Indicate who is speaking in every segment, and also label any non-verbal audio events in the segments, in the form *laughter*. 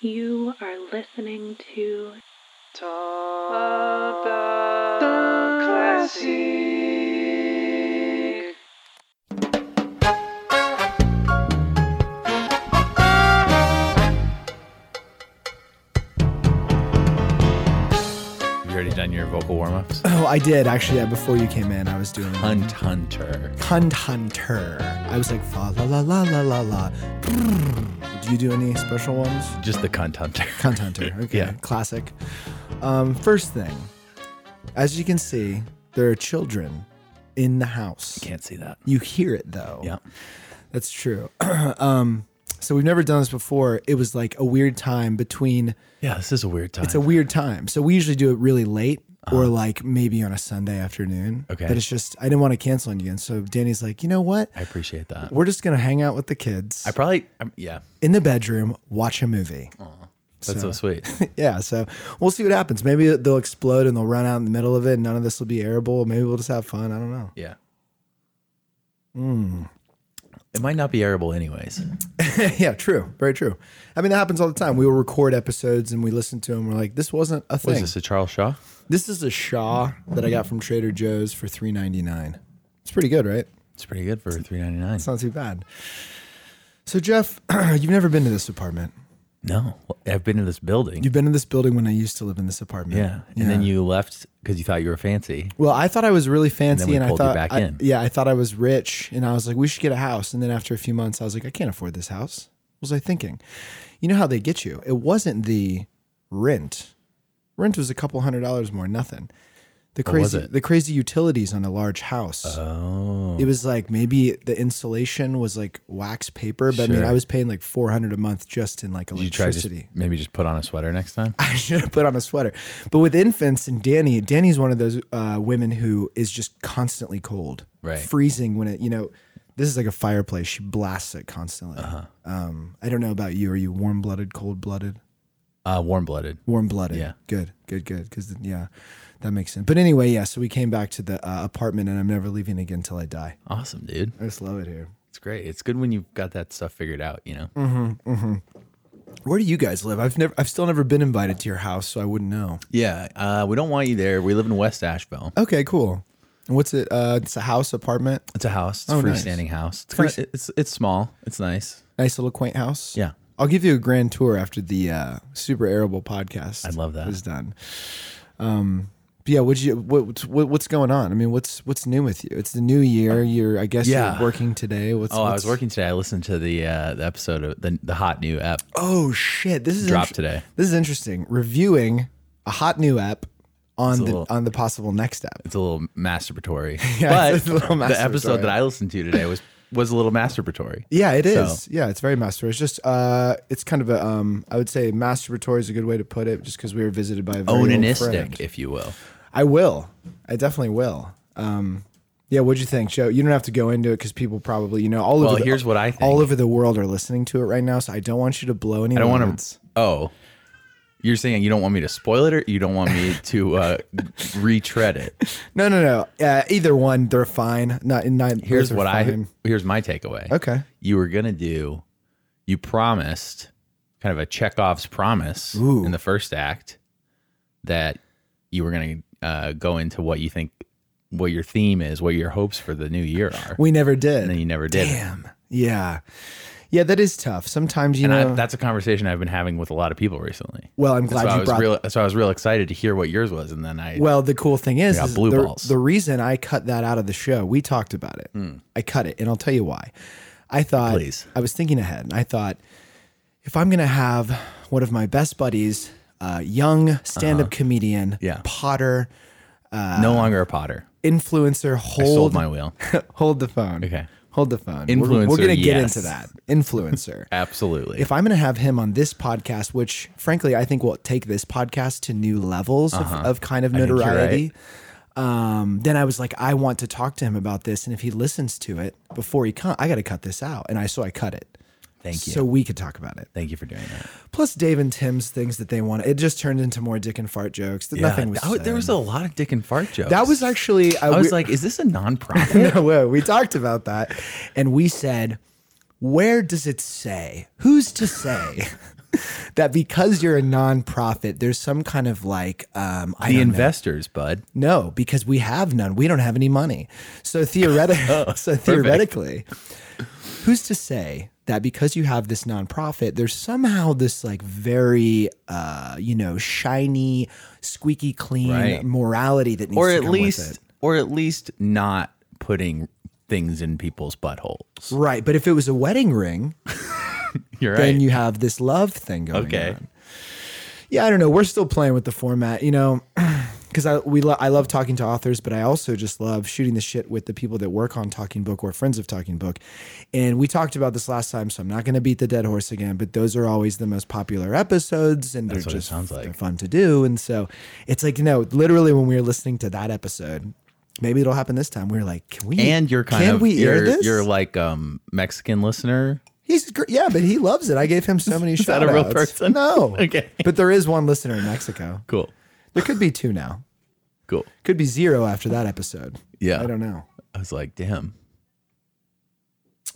Speaker 1: You are listening to
Speaker 2: Talk about the classic.
Speaker 3: Have you already done your vocal warm ups?
Speaker 4: Oh, I did actually. Yeah, before you came in, I was doing
Speaker 3: Hunt Hunter.
Speaker 4: Hunt Hunter. I was like fa la la la la la la. Brrr. Do you do any special ones?
Speaker 3: Just the cunt *laughs* hunter.
Speaker 4: Hunt Hunter. Okay,
Speaker 3: Yeah.
Speaker 4: classic. Um, first thing, as you can see, there are children in the house.
Speaker 3: Can't see that.
Speaker 4: You hear it though.
Speaker 3: Yeah.
Speaker 4: That's true. *clears throat* um, so we've never done this before. It was like a weird time between
Speaker 3: Yeah, this is a weird time.
Speaker 4: it's a weird time. So we usually do it really late or like maybe on a Sunday afternoon.
Speaker 3: Uh-huh. Okay.
Speaker 4: But it's just I didn't want to cancel on you. And so Danny's like, you know what?
Speaker 3: I appreciate that.
Speaker 4: We're just gonna hang out with the kids
Speaker 3: I Oh. probably, I'm, yeah,
Speaker 4: in the bedroom, watch a movie.
Speaker 3: that's so, *laughs* sweet.
Speaker 4: *laughs* yeah. So we'll see what happens. Maybe they'll explode and they'll run out in the middle of it. And none of this will be airable. Maybe we'll just have fun. I don't
Speaker 3: *laughs*
Speaker 4: know. *laughs*
Speaker 3: Yeah. Hmm. It might not be arable, anyways.
Speaker 4: yeah, true. Very true. I mean, that happens all the time. We will record episodes and we listen to them. We're like, this wasn't a
Speaker 3: Was
Speaker 4: thing.
Speaker 3: this a Charles Shaw?
Speaker 4: This is a Shaw that I got from Trader Joe's for three ninety nine. It's pretty good, right?
Speaker 3: It's pretty good for three ninety nine.
Speaker 4: It's not too bad. So Jeff, *clears throat* you've never been to this apartment.
Speaker 3: No, I've been to this building.
Speaker 4: You've been to this building when I used to live in this apartment.
Speaker 3: yeah, and then you left because you thought you were fancy.
Speaker 4: Well, I thought I was really fancy,
Speaker 3: we
Speaker 4: and, I
Speaker 3: pulled you
Speaker 4: thought,
Speaker 3: back
Speaker 4: I-
Speaker 3: in.
Speaker 4: yeah, I thought I was rich, and I was like, we should get a house. And then after a few months, I was like, I can't afford this house. What was I thinking? You know how they get you? It wasn't the rent. Rent was a couple hundred dollars more, nothing. The
Speaker 3: What was
Speaker 4: crazy,
Speaker 3: it?
Speaker 4: the crazy utilities on a large house.
Speaker 3: Oh,
Speaker 4: It was like maybe the insulation was like wax paper, but I mean,
Speaker 3: Sure.
Speaker 4: I was paying like four hundred a month just in like
Speaker 3: did you try
Speaker 4: electricity. *laughs*
Speaker 3: to maybe just put on a sweater next time?
Speaker 4: I should have put on a sweater. But with infants and Danny, Danny's one of those uh, women who is just constantly cold,
Speaker 3: Right.
Speaker 4: Freezing when it, you know, this is like a fireplace. She blasts it constantly.
Speaker 3: Uh-huh.
Speaker 4: Um, I don't know about you. Are you warm blooded, cold blooded?
Speaker 3: Uh, warm blooded.
Speaker 4: Warm blooded.
Speaker 3: Yeah.
Speaker 4: Good, good, good. Because, yeah, that makes sense. But anyway, yeah, so we came back to the uh, apartment and I'm never leaving again till I die.
Speaker 3: Awesome, dude.
Speaker 4: I just love it here.
Speaker 3: It's great. It's good when you've got that stuff figured out. You know.
Speaker 4: Where do you guys live? I've never, I've still never been invited to your house, so I wouldn't know.
Speaker 3: Yeah, uh, we don't want you there. We live in West Asheville.
Speaker 4: Okay, cool. And what's it? Uh, it's a house, apartment,
Speaker 3: It's a house. It's a
Speaker 4: Oh, nice.
Speaker 3: freestanding house. It's, kinda-
Speaker 4: Freest-
Speaker 3: it's it's small. It's nice.
Speaker 4: nice little quaint house.
Speaker 3: Yeah.
Speaker 4: I'll give you a grand tour after the uh, super arable podcast.
Speaker 3: I'd love that.
Speaker 4: Is done. Um, but yeah, would you? What, what, what's going on? I mean, what's what's new with you? It's the new year. You're, I guess,
Speaker 3: Yeah.
Speaker 4: you're working today. What's?
Speaker 3: Oh, I was
Speaker 4: what's-
Speaker 3: working today. I listened to the uh, the episode of the the hot new app.
Speaker 4: Oh shit! This is
Speaker 3: Dropped
Speaker 4: inter-
Speaker 3: today.
Speaker 4: This is interesting. Reviewing a hot new app on
Speaker 3: It's
Speaker 4: the
Speaker 3: a little-
Speaker 4: on the possible next app.
Speaker 3: It's a little *laughs* masturbatory.
Speaker 4: Yeah,
Speaker 3: but
Speaker 4: it's a little
Speaker 3: the episode
Speaker 4: masturbatory.
Speaker 3: that I listened to today was was a little masturbatory.
Speaker 4: Yeah, it
Speaker 3: So-
Speaker 4: is. Yeah, it's very masturbatory. It's just uh, it's kind of a um, I would say masturbatory is a good way to put it, just because we were visited by a very old friend.
Speaker 3: Onanistic, if you will.
Speaker 4: I will. I definitely will. Um, yeah, what'd you think, Joe? You don't have to go into it because people probably, you know, all
Speaker 3: Well,
Speaker 4: over. the-
Speaker 3: here's what I think.
Speaker 4: All over the world are listening to it right now, so I don't want you to blow any.
Speaker 3: I don't want
Speaker 4: loads.
Speaker 3: to. Oh, you're saying you don't want me to spoil it, or you don't want *laughs* me to uh, retread it.
Speaker 4: No, no, no. Uh, either one, they're fine. Not, not
Speaker 3: Here's
Speaker 4: both are
Speaker 3: what
Speaker 4: fine.
Speaker 3: I. Here's my takeaway.
Speaker 4: Okay.
Speaker 3: you were gonna do you promised kind of a Chekhov's promise
Speaker 4: Ooh.
Speaker 3: in the first act that you were gonna uh, go into what you think what your theme is, what your hopes for the new year are.
Speaker 4: We never did.
Speaker 3: and then you never did.
Speaker 4: Damn. Yeah. Yeah, that is tough. Sometimes you
Speaker 3: And
Speaker 4: know.
Speaker 3: I, that's a conversation I've been having with a lot of people recently.
Speaker 4: well, I'm
Speaker 3: So
Speaker 4: glad
Speaker 3: I
Speaker 4: you
Speaker 3: was
Speaker 4: brought.
Speaker 3: real so I was real excited to hear what yours was and then I
Speaker 4: well, the cool thing is,
Speaker 3: Yeah,
Speaker 4: is
Speaker 3: blue
Speaker 4: the,
Speaker 3: balls. Hmm.
Speaker 4: the reason I cut that out of the show, we talked about it. I cut it, and I'll tell you why. I thought
Speaker 3: Please.
Speaker 4: I was thinking ahead, and I thought if I'm gonna have one of my best buddies, uh, young stand-up comedian,
Speaker 3: Uh-huh. Yeah.
Speaker 4: Potter
Speaker 3: no longer a potter.
Speaker 4: influencer,
Speaker 3: I sold
Speaker 4: hold *laughs*
Speaker 3: my wheel.
Speaker 4: hold the phone,
Speaker 3: Okay.
Speaker 4: hold the phone. We're- we're,
Speaker 3: Influencer,
Speaker 4: gonna get
Speaker 3: yes.
Speaker 4: into that
Speaker 3: *laughs*
Speaker 4: influencer.
Speaker 3: Absolutely.
Speaker 4: if I'm going to have him on this podcast, which frankly I think will take this podcast to new levels of, of kind of
Speaker 3: Uh-huh. think you're
Speaker 4: notoriety, um, then I was like, I want to talk to him about this, and if he listens to it before he comes, I got to cut this out, and I so I cut it.
Speaker 3: Thank you.
Speaker 4: So we could talk about it.
Speaker 3: Thank you for doing that.
Speaker 4: Plus Dave and Tim's things that they want. It just turned into more dick and fart jokes. That Nothing was.
Speaker 3: Yeah, that- there was a lot of dick and fart jokes.
Speaker 4: that was actually. uh,
Speaker 3: I
Speaker 4: we-
Speaker 3: was like, is this a nonprofit? *laughs*
Speaker 4: *laughs* no, whoa, we talked about that, and we said, where does it say? *laughs* Who's to say? that because you're a nonprofit, there's some kind of like um, I
Speaker 3: the
Speaker 4: don't know.
Speaker 3: investors, bud.
Speaker 4: No, because we have none. We don't have any money.
Speaker 3: *laughs*
Speaker 4: So theoretically,
Speaker 3: Oh,
Speaker 4: *laughs* so theoretically, who's to say that because you have this nonprofit, there's somehow this like very uh, you know shiny, squeaky clean
Speaker 3: Right.
Speaker 4: morality that needs
Speaker 3: Or
Speaker 4: to
Speaker 3: at
Speaker 4: come with
Speaker 3: least,
Speaker 4: it.
Speaker 3: or at least not putting things in people's buttholes.
Speaker 4: right? But if it was a wedding ring,
Speaker 3: You're right.
Speaker 4: then you have this love thing going
Speaker 3: Okay.
Speaker 4: on. Yeah, I don't know. We're still playing with the format, you know, *clears throat* because I we lo- I love talking to authors, but I also just love shooting the shit with the people that work on Talking Book or friends of Talking Book. And we talked about this last time, so I'm not going to beat the dead horse again. But those are always the most popular episodes, and
Speaker 3: That's
Speaker 4: they're
Speaker 3: what it
Speaker 4: just
Speaker 3: sounds like.
Speaker 4: they're fun to do. And so it's like you know, literally when we were listening to that episode. Maybe it'll happen this time. We were like, can we?
Speaker 3: and you're kind
Speaker 4: can
Speaker 3: of
Speaker 4: we
Speaker 3: you're,
Speaker 4: air this?
Speaker 3: you're like um Mexican listener.
Speaker 4: He's gr- yeah, but he loves it. I gave him so many shout
Speaker 3: that a real person?
Speaker 4: No.
Speaker 3: *laughs* Okay.
Speaker 4: But there is one listener in Mexico.
Speaker 3: Cool.
Speaker 4: There could be two now.
Speaker 3: Cool.
Speaker 4: Could be zero after that episode.
Speaker 3: Yeah.
Speaker 4: I don't know.
Speaker 3: I was like, damn.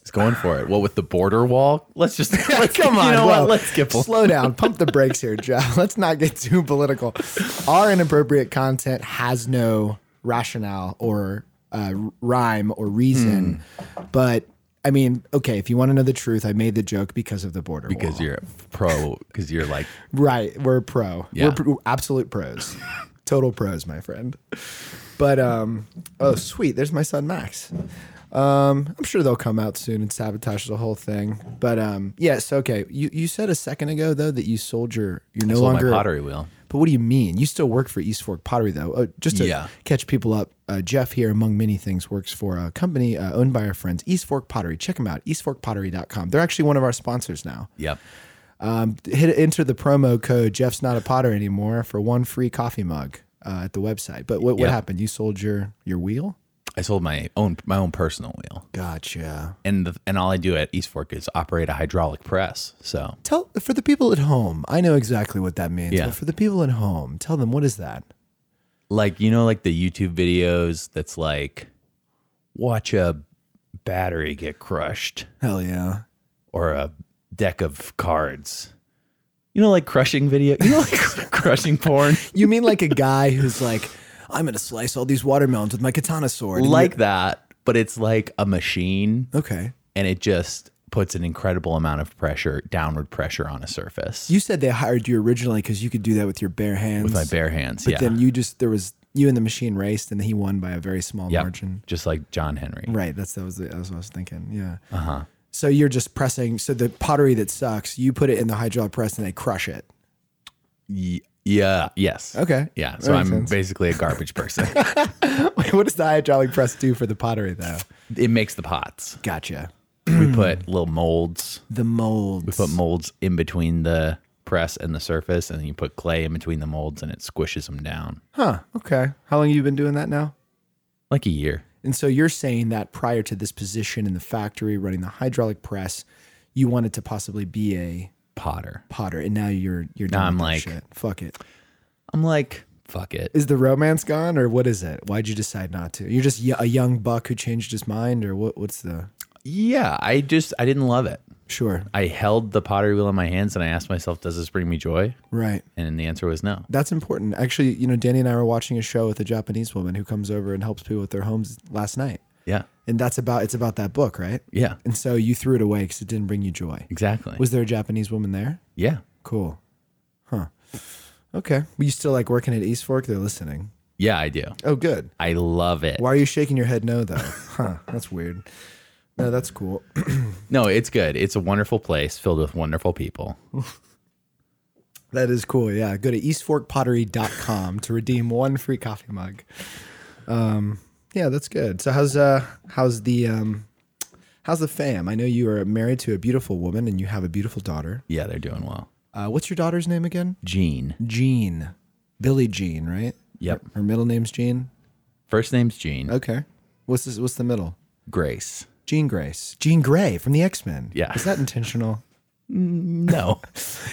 Speaker 3: He's going for it. Well, with the border wall, let's
Speaker 4: *laughs*
Speaker 3: just let's,
Speaker 4: Come on,
Speaker 3: You know
Speaker 4: whoa.
Speaker 3: what? Let's skip.
Speaker 4: Slow down. Pump the brakes here, Joe. *laughs* Let's not get too political. Our inappropriate content has no rationale or uh, rhyme or reason.
Speaker 3: Hmm.
Speaker 4: But I mean, okay, if you want to know the truth, I made the joke because of the border.
Speaker 3: Because
Speaker 4: wall.
Speaker 3: you're pro. Because you're like,
Speaker 4: Right. We're pro.
Speaker 3: Yeah.
Speaker 4: We're pr-
Speaker 3: *laughs*
Speaker 4: absolute pros. Total pros, my friend. But um oh sweet, there's my son Max. Um I'm sure they'll come out soon and sabotage the whole thing. But um yes, okay. You you said a second ago though that you sold your you're no
Speaker 3: sold my
Speaker 4: longer
Speaker 3: pottery wheel.
Speaker 4: But what do you mean? You still work for East Fork Pottery though. Uh, just to
Speaker 3: Yeah.
Speaker 4: catch people up, uh, Jeff here among many things works for a company uh, owned by our friends East Fork Pottery. Check them out eastforkpottery.com. They're actually one of our sponsors now
Speaker 3: yep.
Speaker 4: hit enter the promo code Jeff's not a potter anymore for one free coffee mug uh, at the website. But what, what
Speaker 3: Yeah.
Speaker 4: happened? You sold your your wheel?
Speaker 3: I sold my own my own personal wheel,
Speaker 4: Gotcha.
Speaker 3: and the, and all I do at East Fork is operate a hydraulic press. So
Speaker 4: Tell for the people at home. I know exactly what that means.
Speaker 3: Yeah.
Speaker 4: But for the people at home, tell them what is that?
Speaker 3: like you know like the YouTube videos that's like watch a battery get crushed
Speaker 4: Hell yeah.
Speaker 3: or a deck of cards. You know like crushing video, you know like *laughs* crushing porn
Speaker 4: You mean like a guy who's like, I'm gonna slice all these watermelons with my katana sword. and
Speaker 3: like that, but it's like a machine
Speaker 4: you- okay.
Speaker 3: and it just puts an incredible amount of pressure, downward pressure on a surface.
Speaker 4: You said they hired you originally because you could do that with your bare hands.
Speaker 3: with my bare hands,
Speaker 4: But
Speaker 3: yeah.
Speaker 4: then you just there was you and the machine raced and he won by a very small
Speaker 3: Yep.
Speaker 4: margin.
Speaker 3: Just like John Henry.
Speaker 4: Right. That's that was the, that's what I was thinking. Yeah. Uh
Speaker 3: Uh-huh.
Speaker 4: huh. So you're just pressing. So the pottery that sucks, you put it in the hydraulic press and they crush it.
Speaker 3: Y-
Speaker 4: Mm.
Speaker 3: yeah, yes.
Speaker 4: Okay.
Speaker 3: Yeah,
Speaker 4: That
Speaker 3: so I'm
Speaker 4: makes sense. *laughs*
Speaker 3: basically a garbage person.
Speaker 4: Wait, what does the hydraulic press do for the pottery though?
Speaker 3: it makes the pots.
Speaker 4: Gotcha. Hmm.
Speaker 3: We put little molds.
Speaker 4: The molds.
Speaker 3: We put molds in between the press and the surface, and then you put clay in between the molds, and it squishes them down
Speaker 4: huh. Okay. How long have you been doing that now?
Speaker 3: like a year.
Speaker 4: And so you're saying that prior to this position in the factory running the hydraulic press, you wanted to possibly be a
Speaker 3: Potter.
Speaker 4: potter, and now you're you're done.
Speaker 3: I'm
Speaker 4: with that
Speaker 3: like-
Speaker 4: shit. fuck it.
Speaker 3: I'm like, fuck it.
Speaker 4: Is the romance gone, or what is it? Why'd you decide not to? You're just y- a young buck who changed his mind, or what? What's the
Speaker 3: Yeah, I just I didn't love it.
Speaker 4: sure?
Speaker 3: I held the pottery wheel in my hands and I asked myself, does this bring me joy?
Speaker 4: Right.
Speaker 3: And the answer was no.
Speaker 4: That's important. Actually, you know, Danny and I were watching a show with a Japanese woman who comes over and helps people with their homes last night.
Speaker 3: Yeah.
Speaker 4: And that's about it's about that book, right?
Speaker 3: Yeah.
Speaker 4: And so you threw it away cuz it didn't bring you joy.
Speaker 3: Exactly.
Speaker 4: Was there a Japanese woman there?
Speaker 3: yeah.
Speaker 4: Cool. Huh. Okay. Well, you still like working at East Fork? They're listening.
Speaker 3: Yeah, I do.
Speaker 4: Oh, good.
Speaker 3: I love it.
Speaker 4: Why are you shaking your head no though? huh, that's weird. No, that's cool.
Speaker 3: No, it's good. It's a wonderful place filled with wonderful people.
Speaker 4: That is cool. Yeah. Go to eastforkpottery.com to redeem one free coffee mug. Um, yeah, that's good. So how's uh how's the um how's the fam? I know you are married to a beautiful woman and you have a beautiful daughter.
Speaker 3: Yeah, they're doing well.
Speaker 4: Uh, what's your daughter's name again?
Speaker 3: Gene.
Speaker 4: Jean. Billy Jean, right?
Speaker 3: Yep.
Speaker 4: Her middle name's Jean.
Speaker 3: First name's Gene.
Speaker 4: Okay. What's this what's the middle?
Speaker 3: Grace.
Speaker 4: Jean Grace. Jean Grey from the X-Men.
Speaker 3: Yeah.
Speaker 4: Is
Speaker 3: *laughs*
Speaker 4: that intentional? Mm,
Speaker 3: No.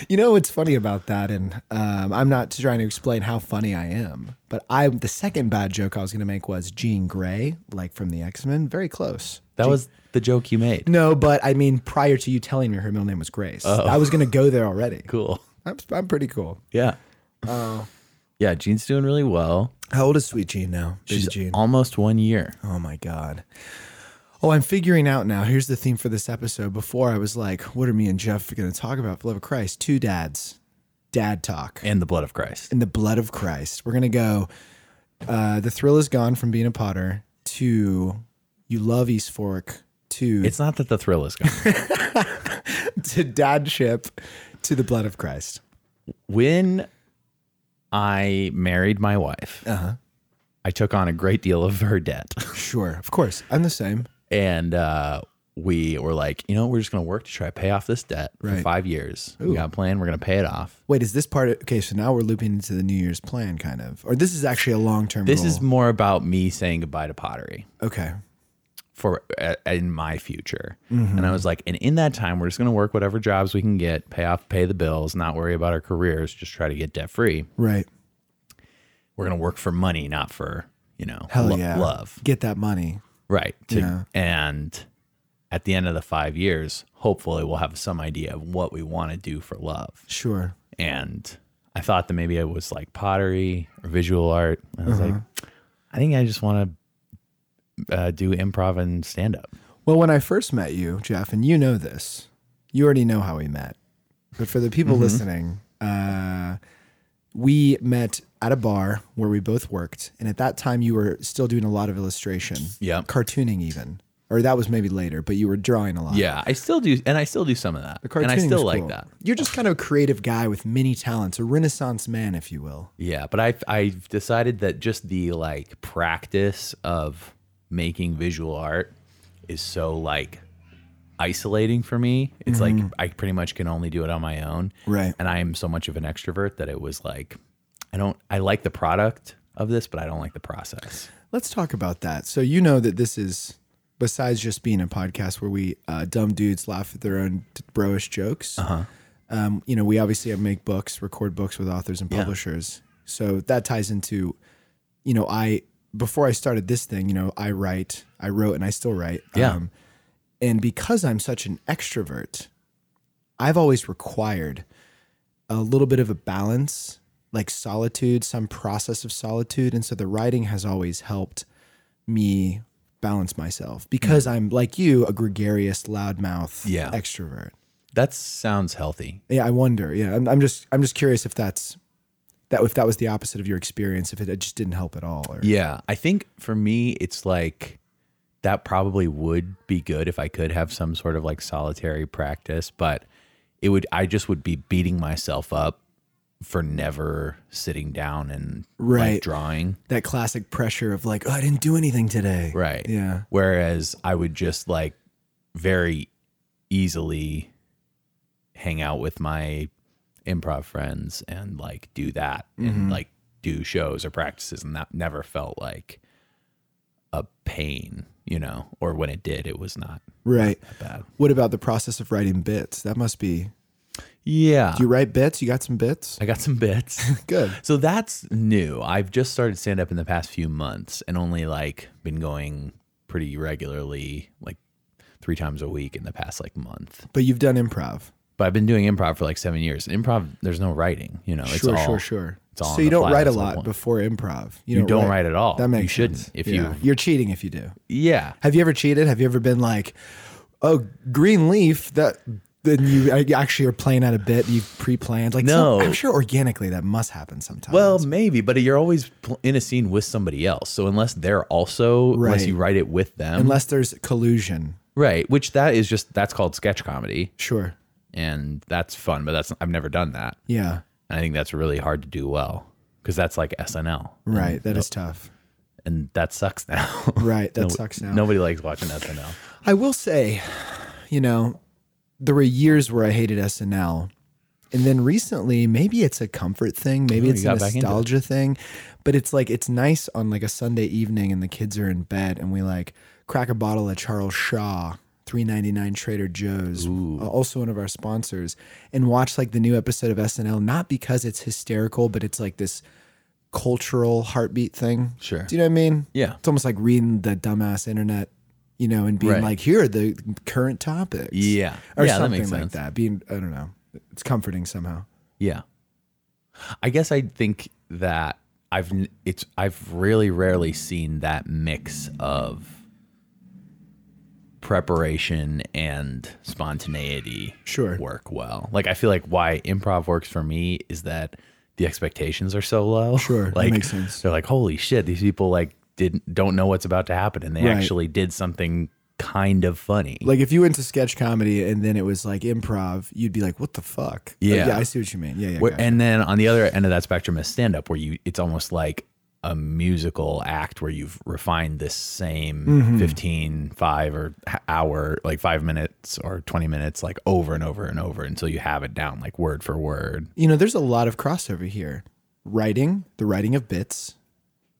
Speaker 4: You know what's funny about that, and um, I'm not trying to explain how funny I am, but I the second bad joke I was going to make was Jean Grey, like from the X Men, very close.
Speaker 3: That was the joke you
Speaker 4: *laughs*
Speaker 3: made.
Speaker 4: No, but I mean, prior to you telling me her middle name was Grace,
Speaker 3: Oh.
Speaker 4: I was gonna go there already.
Speaker 3: Cool.
Speaker 4: I'm, I'm pretty cool.
Speaker 3: Yeah. Oh. Yeah, Jean's doing really well.
Speaker 4: How old is Sweet Jean now? Baby
Speaker 3: She's
Speaker 4: Jean.
Speaker 3: almost one year.
Speaker 4: Oh my God. Oh, I'm figuring out now. Here's the theme for this episode. Before I was like, what are me and Jeff going to talk about? For the love of Christ, two dads, dad talk,
Speaker 3: And the blood of
Speaker 4: *laughs*
Speaker 3: Christ.
Speaker 4: in the blood of Christ. We're going to go, uh, the thrill is gone from being a Potter to you love East Fork to,
Speaker 3: *laughs* It's not that the thrill is gone.
Speaker 4: *laughs* to dadship to the blood of Christ.
Speaker 3: when I married my wife, I took on a great deal of her debt.
Speaker 4: Sure. Of course. I'm the same.
Speaker 3: and uh, we were like, you know, we're just going to work to try to pay off this debt for
Speaker 4: Right.
Speaker 3: five years. We got a plan. We're going to pay it off.
Speaker 4: Wait, is this part of, okay, so now we're looping into the New Year's plan kind of, or this is actually a long-term
Speaker 3: This is
Speaker 4: goal.
Speaker 3: more about me saying goodbye to pottery
Speaker 4: okay.
Speaker 3: for uh, in my future.
Speaker 4: Mm-hmm.
Speaker 3: And I was like, and in that time, we're just going to work whatever jobs we can get, pay off, pay the bills, not worry about our careers, just try to get debt free.
Speaker 4: Right.
Speaker 3: We're going to work for money, not for, you know,
Speaker 4: Hell
Speaker 3: lo-
Speaker 4: yeah.
Speaker 3: love.
Speaker 4: Get that money.
Speaker 3: Right. to-
Speaker 4: Yeah.
Speaker 3: And at the end of the five years, hopefully we'll have some idea of what we want to do for love.
Speaker 4: Sure.
Speaker 3: And I thought that maybe it was like pottery or visual art. And I was like,
Speaker 4: Uh-huh.
Speaker 3: I think I just want to uh, do improv and stand up.
Speaker 4: Well, when I first met you, Jeff, and you know this, you already know how we met. But for the people
Speaker 3: Mm-hmm.
Speaker 4: listening, uh, we met at a bar where we both worked. And at that time, you were still doing a lot of illustration,
Speaker 3: Yeah.
Speaker 4: cartooning, even. Or that was maybe later, but you were drawing a lot.
Speaker 3: Yeah, I still do, and I still do some of that,
Speaker 4: The cartooning
Speaker 3: and I still
Speaker 4: was
Speaker 3: like
Speaker 4: cool.
Speaker 3: that.
Speaker 4: You're just kind of a creative guy with many talents, a renaissance man, if you will.
Speaker 3: Yeah, but I I've decided that just the like practice of making visual art is so like isolating for me. It's like I pretty much can only do it on my own.
Speaker 4: Mm-hmm. Right.
Speaker 3: And I am so much of an extrovert that it was like I don't I like the product of this, but I don't like the process.
Speaker 4: Let's talk about that. So you know that this is besides just being a podcast where we uh, dumb dudes laugh at their own t- bro-ish jokes. Um, you know, we obviously make books, record books with authors and publishers. So that ties into, you know, I before I started this thing, you know, I write, I wrote, and I still write. Um,
Speaker 3: Yeah.
Speaker 4: and because I'm such an extrovert, I've always required a little bit of a balance, like solitude, some process of solitude. And so the writing has always helped me balance myself because I'm like you, a gregarious, loudmouth
Speaker 3: Mm. Yeah.
Speaker 4: extrovert.
Speaker 3: That sounds healthy.
Speaker 4: Yeah, I wonder. Yeah, I'm, I'm just I'm just curious if that's that if that was the opposite of your experience, if it, it just didn't help at all. Or,
Speaker 3: Yeah, I think for me, it's like that probably would be good if I could have some sort of like solitary practice, but it would, I just would be beating myself up for never sitting down and like
Speaker 4: Right.
Speaker 3: drawing.
Speaker 4: That classic pressure of like, oh, I didn't do anything today.
Speaker 3: Right.
Speaker 4: Yeah.
Speaker 3: Whereas I would just like very easily hang out with my improv friends and like do that and like do shows or practices and that never felt like a pain, you know, or when it did it was not
Speaker 4: Right.
Speaker 3: bad.
Speaker 4: What about the process of writing bits? That must be.
Speaker 3: Yeah.
Speaker 4: Do you write bits? You got some bits?
Speaker 3: Uh, I got some bits.
Speaker 4: *laughs* Good.
Speaker 3: so that's new. I've just started stand up in the past few months and only like been going pretty regularly like 3 times a week in the past like month.
Speaker 4: But you've done improv.
Speaker 3: but I've been doing improv for like seven years. Improv, there's no writing, you know. Oh, It's
Speaker 4: sure,
Speaker 3: all,
Speaker 4: sure, sure.
Speaker 3: it's all on
Speaker 4: so you
Speaker 3: the
Speaker 4: don't
Speaker 3: fly,
Speaker 4: write a
Speaker 3: that's the
Speaker 4: lot
Speaker 3: point.
Speaker 4: before improv.
Speaker 3: You don't write at all.
Speaker 4: That makes
Speaker 3: You shouldn't.
Speaker 4: sense.
Speaker 3: If
Speaker 4: Yeah.
Speaker 3: you-
Speaker 4: you're cheating if you do.
Speaker 3: Yeah,
Speaker 4: Have you ever cheated? Have you ever been like, oh, green leaf that. Then you I- actually are playing out a bit you pre-planned. Like
Speaker 3: No.
Speaker 4: some- I'm sure organically that must happen sometimes.
Speaker 3: well, maybe, but you're always pl- in a scene with somebody else. So unless they're also, unless
Speaker 4: Right.
Speaker 3: you write it with them,
Speaker 4: unless there's collusion.
Speaker 3: right? Which that is just that's called sketch comedy,
Speaker 4: Sure.
Speaker 3: and that's fun, but that's I've never done that,
Speaker 4: Yeah.
Speaker 3: and I think that's really hard to do well because that's like SNL,
Speaker 4: Right. That is tough.
Speaker 3: and that sucks now. *laughs*
Speaker 4: Right. That sucks now.
Speaker 3: Nobody likes watching SNL.
Speaker 4: I will say, you know, there were years where I hated SNL. And then recently, maybe it's a comfort thing, maybe
Speaker 3: Oh,
Speaker 4: it's
Speaker 3: you
Speaker 4: a
Speaker 3: got back into it.
Speaker 4: nostalgia thing, but it's like it's nice on like a Sunday evening and the kids are in bed and we like crack a bottle of Charles Shaw, 3.99 Trader Joe's, uh, also one of our sponsors, and watch like the new episode of SNL not because it's hysterical, but it's like this cultural heartbeat thing.
Speaker 3: Sure.
Speaker 4: Do you know what I mean?
Speaker 3: Yeah.
Speaker 4: It's almost like reading the dumbass internet you know, and being
Speaker 3: Right.
Speaker 4: like, here are the current topics.
Speaker 3: Yeah.
Speaker 4: Or
Speaker 3: yeah, that
Speaker 4: something
Speaker 3: makes
Speaker 4: like
Speaker 3: sense.
Speaker 4: that. Being, I don't know. It's comforting somehow.
Speaker 3: Yeah. I guess I think that I've n- it's I've really rarely seen that mix of preparation and spontaneity
Speaker 4: Sure.
Speaker 3: work well. Like I feel like why improv works for me is that the expectations are so low.
Speaker 4: Sure,
Speaker 3: *laughs*
Speaker 4: that
Speaker 3: like
Speaker 4: makes sense.
Speaker 3: they're like holy shit these people like didn't don't know what's about to happen and they
Speaker 4: Right.
Speaker 3: actually did something kind of funny.
Speaker 4: Like if you went to sketch comedy and then it was like improv, you'd be like, what the fuck? Like,
Speaker 3: Yeah.
Speaker 4: yeah, I see what you mean. Yeah. Yeah.
Speaker 3: Where-
Speaker 4: gotcha.
Speaker 3: and then on the other end of that spectrum is stand up, where you it's almost like a musical act where you've refined this same 15, 5 or h- hour, like five minutes or 20 minutes, like over and over and over until you have it down, like word for word.
Speaker 4: you know, there's a lot of crossover here. Writing, the writing of bits.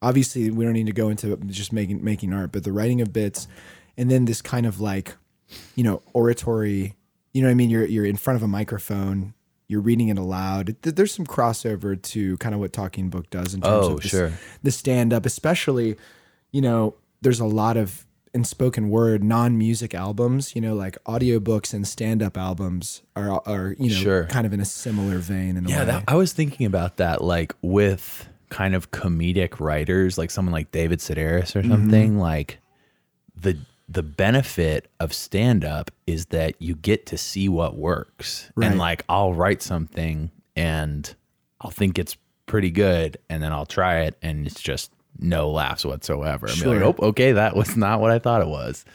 Speaker 4: Obviously, we don't need to go into just making making art, but the writing of bits, and then this kind of like, you know, oratory. You know what I mean? You're you're in front of a microphone. You're reading it aloud. Th- There's some crossover to kind of what Talking Book does in terms
Speaker 3: Oh,
Speaker 4: of the, s-
Speaker 3: sure.
Speaker 4: the stand up, especially. You know, there's a lot of in spoken word non music albums. You know, like audiobooks and stand up albums are are you know
Speaker 3: Sure.
Speaker 4: kind of in a similar vein. In a
Speaker 3: Yeah,
Speaker 4: way.
Speaker 3: that, I was thinking about that, like with kind of comedic writers, like someone like David Sedaris
Speaker 4: Mm-hmm.
Speaker 3: or something. Like the the benefit of stand up is that you get to see what works,
Speaker 4: Right.
Speaker 3: and like I'll write something and I'll think it's pretty good, and then I'll try it, and it's just no laughs whatsoever. I'm
Speaker 4: Sure.
Speaker 3: like, oh, okay, that was not what I thought it was.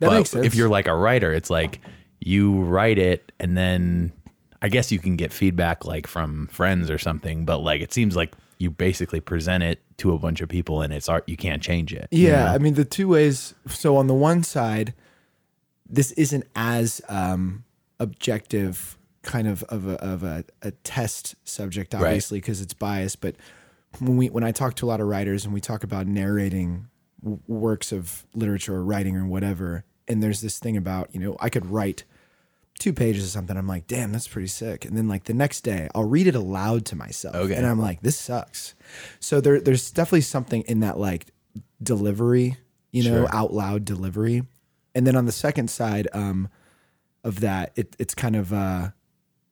Speaker 4: That
Speaker 3: but
Speaker 4: makes sense.
Speaker 3: if you're like a writer, it's like you write it and then I guess you can get feedback like from friends or something, but like it seems like you basically present it to a bunch of people and it's art you can't change it.
Speaker 4: yeah, I mean the two ways. So on the one side, this isn't as um, objective kind of of a, of a, a test subject, obviously, because it's biased. But when we when I talk to a lot of writers and we talk about narrating w- works of literature or writing or whatever, and there's this thing about you know I could write two pages of something. I'm like, damn, that's pretty sick. And then like the next day, I'll read it aloud to myself.
Speaker 3: Okay.
Speaker 4: And I'm like, this sucks. So there, there's definitely something in that like delivery, you know, out loud delivery. And then on the second side um, of that, it, it's kind of, uh,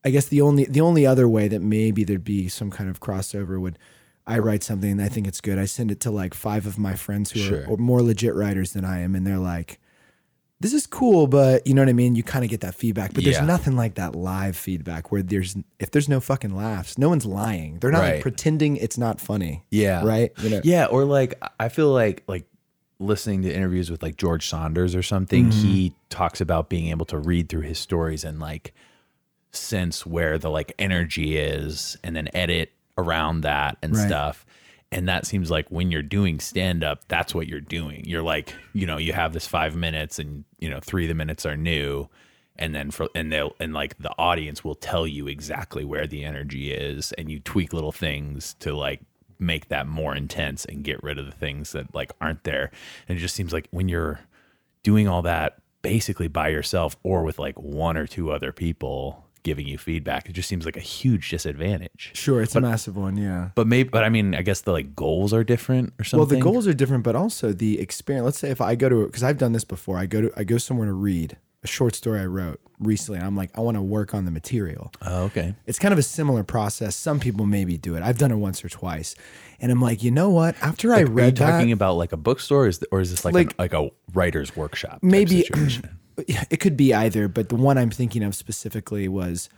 Speaker 4: I guess the only the only other way that maybe there'd be some kind of crossover would I write something and I think it's good. I send it to like five of my friends who
Speaker 3: Sure.
Speaker 4: are or more legit writers than I am, and they're like, this is cool, but you know what I mean? You kind of get that feedback, but
Speaker 3: Yeah.
Speaker 4: there's nothing like that live feedback where there's, if there's no fucking laughs, no one's lying. They're not like,
Speaker 3: Right.
Speaker 4: pretending it's not funny.
Speaker 3: Yeah.
Speaker 4: Right. You know?
Speaker 3: Yeah, or like I feel like like listening to interviews with like George Saunders or something,
Speaker 4: Mm-hmm.
Speaker 3: he talks about being able to read through his stories and like sense where the like energy is and then edit around that and
Speaker 4: Right.
Speaker 3: stuff. And that seems like when you're doing stand up, that's what you're doing. You're like, you know, you have this 5 minutes and, you know, 3 of the minutes are new and then for and they'll and like the audience will tell you exactly where the energy is and you tweak little things to like make that more intense and get rid of the things that like aren't there and it just seems like when you're doing all that basically by yourself or with like one or two other people giving you feedback it just seems like a huge disadvantage
Speaker 4: Sure. It's a massive one. Yeah.
Speaker 3: but maybe but i mean i guess the like goals are different or something
Speaker 4: Well, the goals are different, but also the experience. Let's say if I go to, because I've done this before, I go to, I go somewhere to read a short story I wrote recently, and I'm like, I want to work on the material.
Speaker 3: oh, okay
Speaker 4: It's kind of a similar process. Some people maybe do it. I've done it once or twice, and I'm like, you know what? After I
Speaker 3: are you
Speaker 4: read that,
Speaker 3: talking about like a bookstore or is, th- or is this like,
Speaker 4: Like-
Speaker 3: an, like a writer's workshop type
Speaker 4: maybe
Speaker 3: situation?
Speaker 4: *clears throat* it could be either but the one i'm thinking of specifically was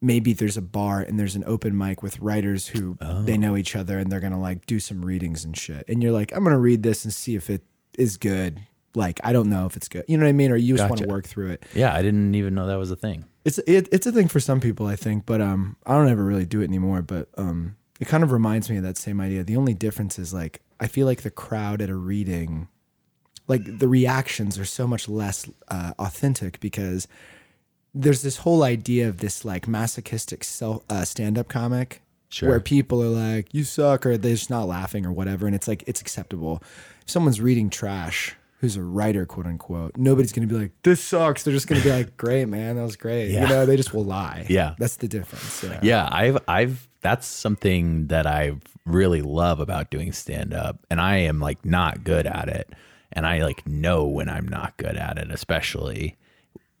Speaker 4: maybe there's a bar and there's an open mic with writers who they know each other and they're gonna like do some readings and shit and you're like i'm gonna read this and see if it is good like i don't know if it's good you know what i mean or you just want to
Speaker 3: Gotcha.
Speaker 4: work through it
Speaker 3: yeah i didn't even know that was a thing
Speaker 4: it's it, it's a thing for some people i think but um i don't ever really do it anymore but um it kind of reminds me of that same idea the only difference is like i feel like the crowd at a reading like the reactions are so much less uh, authentic because there's this whole idea of this like masochistic self uh, stand-up comic
Speaker 3: Sure.
Speaker 4: where people are like you suck or they're just not laughing or whatever and it's like it's acceptable if someone's reading trash who's a writer quote unquote nobody's gonna be like this sucks they're just gonna be like great man that was great you
Speaker 3: Yeah.
Speaker 4: know they just will lie
Speaker 3: Yeah.
Speaker 4: that's the difference yeah,
Speaker 3: Yeah, I've I've that's something that I really love about doing stand up and I am like not good at it. and I like know when I'm not good at it, especially.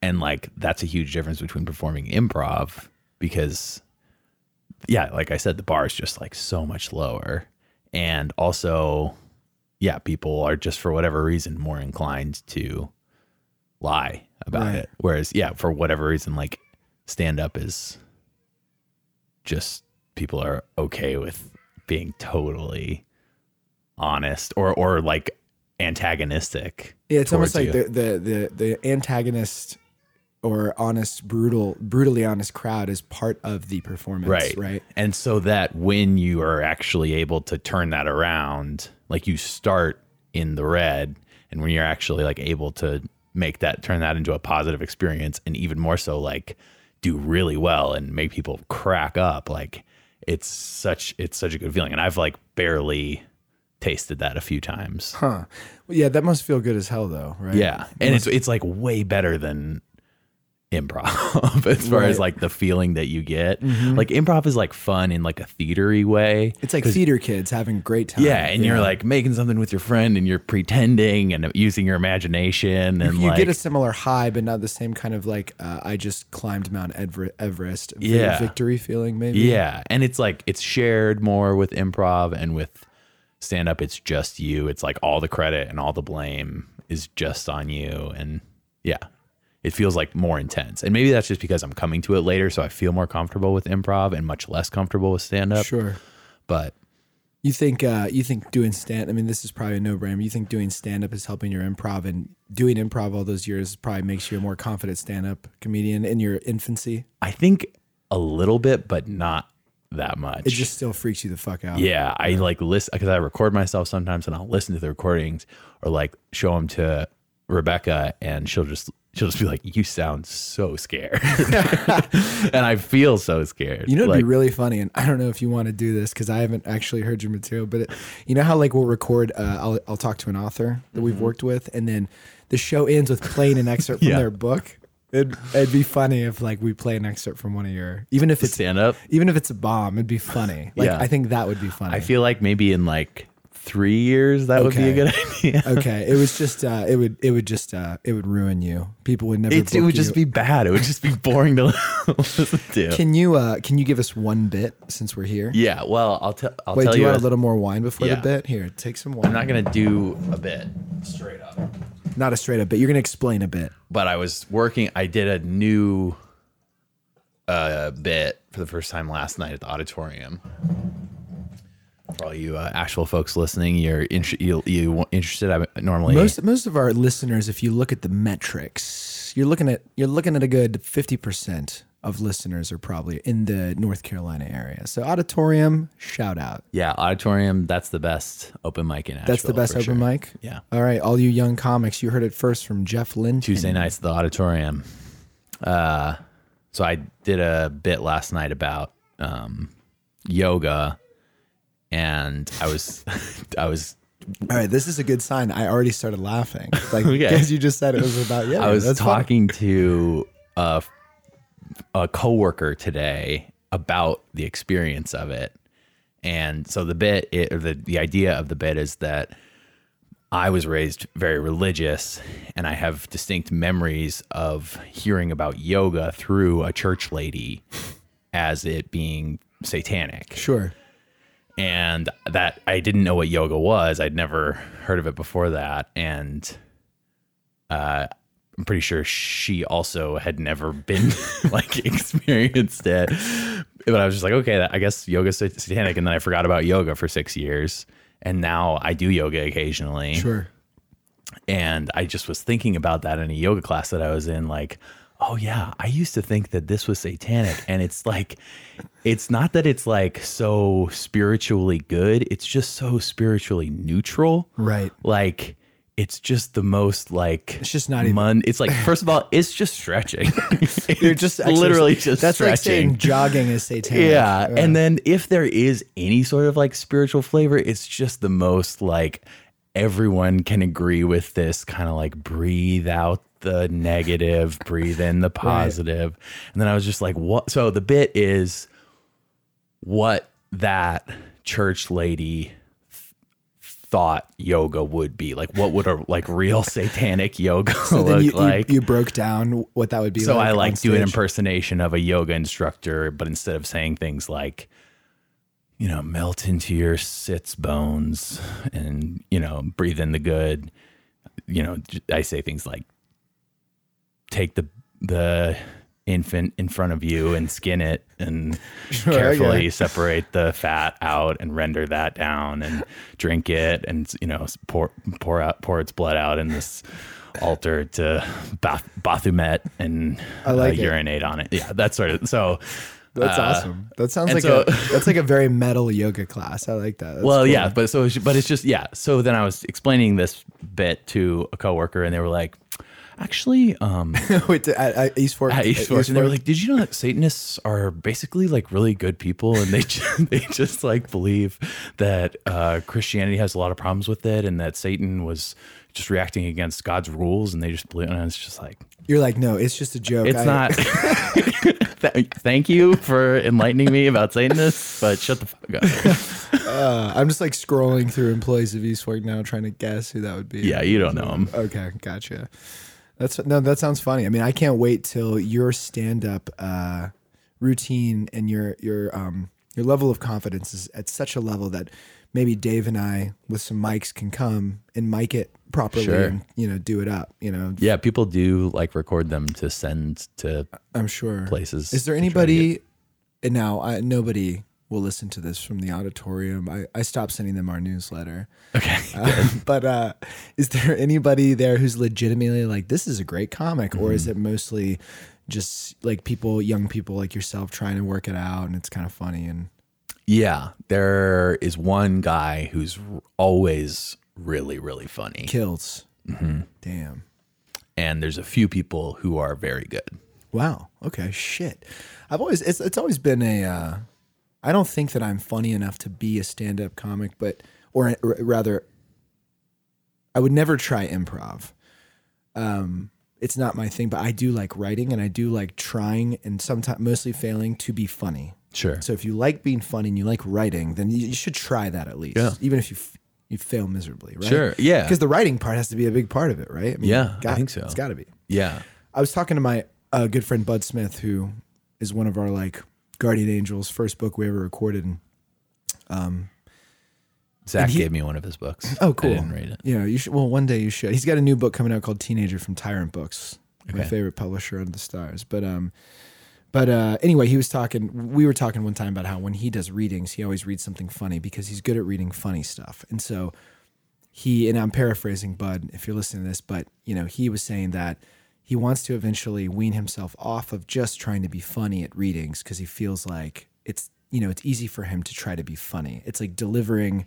Speaker 3: And like that's a huge difference between performing improv because yeah, like I said, the bar is just like so much lower. And also, yeah, people are just for whatever reason more inclined to lie about
Speaker 4: Right.
Speaker 3: it. Whereas, yeah, for whatever reason, like stand up is just people are okay with being totally honest or or like antagonistic.
Speaker 4: Yeah, it's almost
Speaker 3: towards
Speaker 4: like
Speaker 3: you.
Speaker 4: the, the the the antagonist or honest, brutal, brutally honest crowd is part of the performance,
Speaker 3: right
Speaker 4: Right.
Speaker 3: and so that when you are actually able to turn that around like you start in the red and when you're actually like able to make that turn that into a positive experience and even more so like do really well and make people crack up like it's such it's such a good feeling and i've like barely tasted that a few times
Speaker 4: Huh. Well, yeah, that must feel good as hell, though, right?
Speaker 3: yeah and it's it's like way better than improv *laughs* as far as
Speaker 4: Right. Mm-hmm.
Speaker 3: like the feeling that you get like improv is like fun in like a theatery way
Speaker 4: It's like theater kids having great time.
Speaker 3: yeah and you're like making something with your friend and you're pretending and using your imagination and
Speaker 4: you
Speaker 3: like
Speaker 4: get a similar high, but not the same kind of like uh, I just climbed Mount Edver- Everest. vi-
Speaker 3: Yeah.
Speaker 4: victory feeling maybe.
Speaker 3: yeah and it's like it's shared more with improv and with stand up it's just you it's like all the credit and all the blame is just on you and yeah it feels like more intense and maybe that's just because i'm coming to it later so i feel more comfortable with improv and much less comfortable with stand up
Speaker 4: sure.
Speaker 3: but
Speaker 4: You think uh, you think doing stand? I mean, this is probably a no-brainer. You think doing stand-up is helping your improv, and doing improv all those years probably makes you a more confident stand-up comedian in your infancy.
Speaker 3: i think a little bit but not that much
Speaker 4: It just still freaks you the fuck out.
Speaker 3: Yeah, I like listen because I record myself sometimes, and I'll listen to the recordings or like show them to Rebecca, and she'll just she'll just be like, "You sound so scared," *laughs* and I feel so scared.
Speaker 4: You know, it'd
Speaker 3: like,
Speaker 4: be really funny, and I don't know if you want to do this because I haven't actually heard your material. But it, you know how like we'll record, uh, I'll I'll talk to an author that we've worked with, and then the show ends with playing an excerpt from
Speaker 3: Mm-hmm. Yeah.
Speaker 4: their book. It'd, it'd be funny if like we play an excerpt from one of your, even if it's
Speaker 3: stand up.
Speaker 4: even if it's a bomb, it'd be funny. Like
Speaker 3: Yeah.
Speaker 4: I think that would be funny.
Speaker 3: I feel like maybe in like three years that would be a
Speaker 4: Okay.
Speaker 3: good *laughs* idea.
Speaker 4: okay. It was just uh, it would it would just uh, it would ruin you. People would never.
Speaker 3: It's, it
Speaker 4: book
Speaker 3: would just
Speaker 4: you.
Speaker 3: be bad. It would just be boring to *laughs* listen to.
Speaker 4: Can you uh, can you give us one bit since we're here?
Speaker 3: yeah. Well, I'll, tell. I'll
Speaker 4: Wait,
Speaker 3: tell
Speaker 4: do you
Speaker 3: you.
Speaker 4: want
Speaker 3: a-
Speaker 4: a little more wine before
Speaker 3: Yeah.
Speaker 4: the bit? Here, take some wine.
Speaker 3: I'm not gonna do a bit straight up.
Speaker 4: Not a straight up bit. You're gonna explain a bit.
Speaker 3: but I was working. I did a new uh, bit for the first time last night at the auditorium. For all you uh, Asheville folks listening, you're inter- you, you interested. I normally
Speaker 4: Most most of our listeners, if you look at the metrics, you're looking at you're looking at a good fifty percent of listeners are probably in the North Carolina area. So auditorium, shout out.
Speaker 3: yeah, auditorium. That's the best open mic in Asheville.
Speaker 4: That's the best
Speaker 3: for
Speaker 4: open
Speaker 3: sure.
Speaker 4: mic.
Speaker 3: Yeah.
Speaker 4: All right, all you young comics, you heard it first from Jeff Lynn.
Speaker 3: Tuesday nights at the auditorium. Uh, so I did a bit last night about um, yoga, and I was *laughs* I was
Speaker 4: All right, this is a good sign. I already started laughing.
Speaker 3: *laughs*
Speaker 4: Like
Speaker 3: Okay.
Speaker 4: because you just said it was about
Speaker 3: *laughs*
Speaker 4: yeah.
Speaker 3: I was
Speaker 4: that's funny.
Speaker 3: talking to a, a coworker today about the experience of it. And so the bit, it, or the, the idea of the bit is that I was raised very religious and I have distinct memories of hearing about yoga through a church lady as it being satanic
Speaker 4: Sure.
Speaker 3: and that I didn't know what yoga was. I'd never heard of it before that, and uh, I'm pretty sure she also had never been *laughs* like experienced it. But I was just like, okay, that- I guess yoga's sat- satanic, and then I forgot about yoga for six years, and now I do yoga occasionally
Speaker 4: Sure.
Speaker 3: and I just was thinking about that in a yoga class that I was in like oh yeah I used to think that this was satanic and it's like it's not that it's like so spiritually good it's just so spiritually neutral
Speaker 4: Right.
Speaker 3: like it's just the most like
Speaker 4: It's just not even-
Speaker 3: mun- it's like first of all it's just stretching *laughs* you're
Speaker 4: Just
Speaker 3: literally
Speaker 4: exercise.
Speaker 3: just
Speaker 4: that's
Speaker 3: stretching
Speaker 4: like saying
Speaker 3: *laughs*
Speaker 4: jogging is satanic.
Speaker 3: yeah. And then if there is any sort of like spiritual flavor, it's just the most like everyone can agree with this kind of like breathe out the negative, breathe
Speaker 4: *laughs*
Speaker 3: in the positive. And then I was just like, what? So the bit is what that church lady th- thought yoga would be like what would a like real *laughs* satanic yoga
Speaker 4: *laughs* So then
Speaker 3: look
Speaker 4: you, you-
Speaker 3: like
Speaker 4: you, broke down what that would be.
Speaker 3: so
Speaker 4: like
Speaker 3: I
Speaker 4: on
Speaker 3: like do an
Speaker 4: stage.
Speaker 3: impersonation of a yoga instructor, but instead of saying things like, you know, melt into your sits bones and you know, breathe in the good, you know, j- I say things like, take the the infant in front of you and skin it and
Speaker 4: *laughs* Sure, I get
Speaker 3: carefully
Speaker 4: it.
Speaker 3: separate the fat out and render that down and drink it and you know pour pour out pour its blood out in this altar to bath, Bathumet and
Speaker 4: I like
Speaker 3: uh,
Speaker 4: it.
Speaker 3: urinate on it. Yeah, that sort of. So
Speaker 4: That's
Speaker 3: uh,
Speaker 4: awesome. That sounds
Speaker 3: and
Speaker 4: like
Speaker 3: so-
Speaker 4: a that's like a very metal yoga class. I like that. That's
Speaker 3: well,
Speaker 4: cool.
Speaker 3: yeah, but so it's- but it's just yeah. So then I was explaining this bit to a coworker, and they were like, actually,
Speaker 4: *laughs*
Speaker 3: um,
Speaker 4: *laughs* Wait, to- at, at East Fork.
Speaker 3: at East Fork, and they were
Speaker 4: Fork?
Speaker 3: like, "Did you know that Satanists are basically like really good people, and they *laughs* just, they just like believe that uh, Christianity has a lot of problems with it, and that Satan was just reacting against God's rules, and they just believe." And I was just like,
Speaker 4: you're like, no, it's just a joke.
Speaker 3: "It's
Speaker 4: I-
Speaker 3: not." *laughs* Th- thank you for enlightening me about Satanists, but shut the fuck up.
Speaker 4: Uh, I'm just like scrolling through employees of East Fork now, trying to guess who that would be.
Speaker 3: *laughs* Yeah, you don't know them.
Speaker 4: Okay, gotcha. That's no, that sounds funny. I mean, I can't wait till your stand-up uh, routine and your your um your level of confidence is at such a level that maybe Dave and I with some mics can come and mic it properly
Speaker 3: Sure.
Speaker 4: and you know do it up. You know,
Speaker 3: Yeah, people do like record them to send to
Speaker 4: I'm sure.
Speaker 3: places.
Speaker 4: Is there
Speaker 3: to try to get-
Speaker 4: anybody? and now I, nobody will listen to this from the auditorium. I, I stopped sending them our newsletter.
Speaker 3: Okay.
Speaker 4: Uh, *laughs* but uh, is there anybody there who's legitimately like, this is a great comic? Or is it mostly just like people, young people like yourself, trying to work it out and it's kind of funny? And
Speaker 3: Yeah, there is one guy who's r- always really, really funny,
Speaker 4: kills. Damn.
Speaker 3: and there's a few people who are very good.
Speaker 4: Wow. Okay. Shit. I've always it's it's always been a. Uh, I don't think that I'm funny enough to be a stand-up comic, but or, r rather, I would never try improv. Um, it's not my thing, but I do like writing and I do like trying and sometimes mostly failing to be funny.
Speaker 3: Sure.
Speaker 4: So if you like being funny and you like writing, then you, you should try that at least,
Speaker 3: Yeah.
Speaker 4: even if you f- you fail miserably, right?
Speaker 3: Sure, yeah.
Speaker 4: Because the writing part has to be a big part of it, right? I mean,
Speaker 3: Yeah, I
Speaker 4: got-
Speaker 3: think so.
Speaker 4: It's got to be.
Speaker 3: Yeah.
Speaker 4: I was talking to my uh, good friend Bud Smith, who is one of our like guardian angels. First book we ever recorded. And,
Speaker 3: Zach gave me one of his books.
Speaker 4: oh, cool.
Speaker 3: I didn't read it.
Speaker 4: Yeah, you should. Well, one day you should. He's got a new book coming out called Teenager from Tyrant Books, my
Speaker 3: Okay.
Speaker 4: favorite publisher under the stars. But um, but uh, anyway, he was talking. We were talking one time about how when he does readings, he always reads something funny because he's good at reading funny stuff, and so he and I'm paraphrasing Bud if you're listening to this, but you know, he was saying that he wants to eventually wean himself off of just trying to be funny at readings because he feels like it's you know, it's easy for him to try to be funny. It's like delivering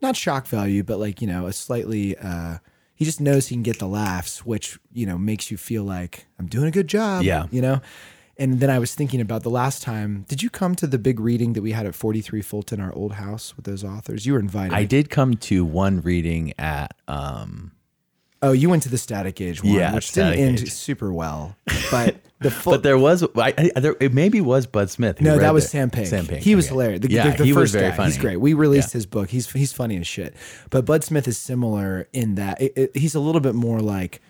Speaker 4: not shock value, but like, you know, a slightly uh he just knows he can get the laughs, which, you know, makes you feel like I'm doing a good job.
Speaker 3: Yeah.
Speaker 4: You know? And then I was thinking about the last time. Did you come to the big reading that we had at 43 Fulton, our old house with those authors? You were invited.
Speaker 3: I did come to one reading at um
Speaker 4: Oh, you went to the Static Age one,
Speaker 3: Yeah,
Speaker 4: which
Speaker 3: Static
Speaker 4: didn't end
Speaker 3: Age.
Speaker 4: super well. But
Speaker 3: *laughs*
Speaker 4: the full,
Speaker 3: but there was I, I there it maybe was Bud Smith. who
Speaker 4: no,
Speaker 3: read
Speaker 4: that was
Speaker 3: the-
Speaker 4: Sam Pink.
Speaker 3: Sam Pink.
Speaker 4: He was
Speaker 3: okay.
Speaker 4: hilarious. The,
Speaker 3: yeah,
Speaker 4: the, the
Speaker 3: he
Speaker 4: first
Speaker 3: was very
Speaker 4: guy,
Speaker 3: funny.
Speaker 4: He's great. We released his book. He's he's funny as shit. But Bud Smith is similar in that it, it- he's a little bit more like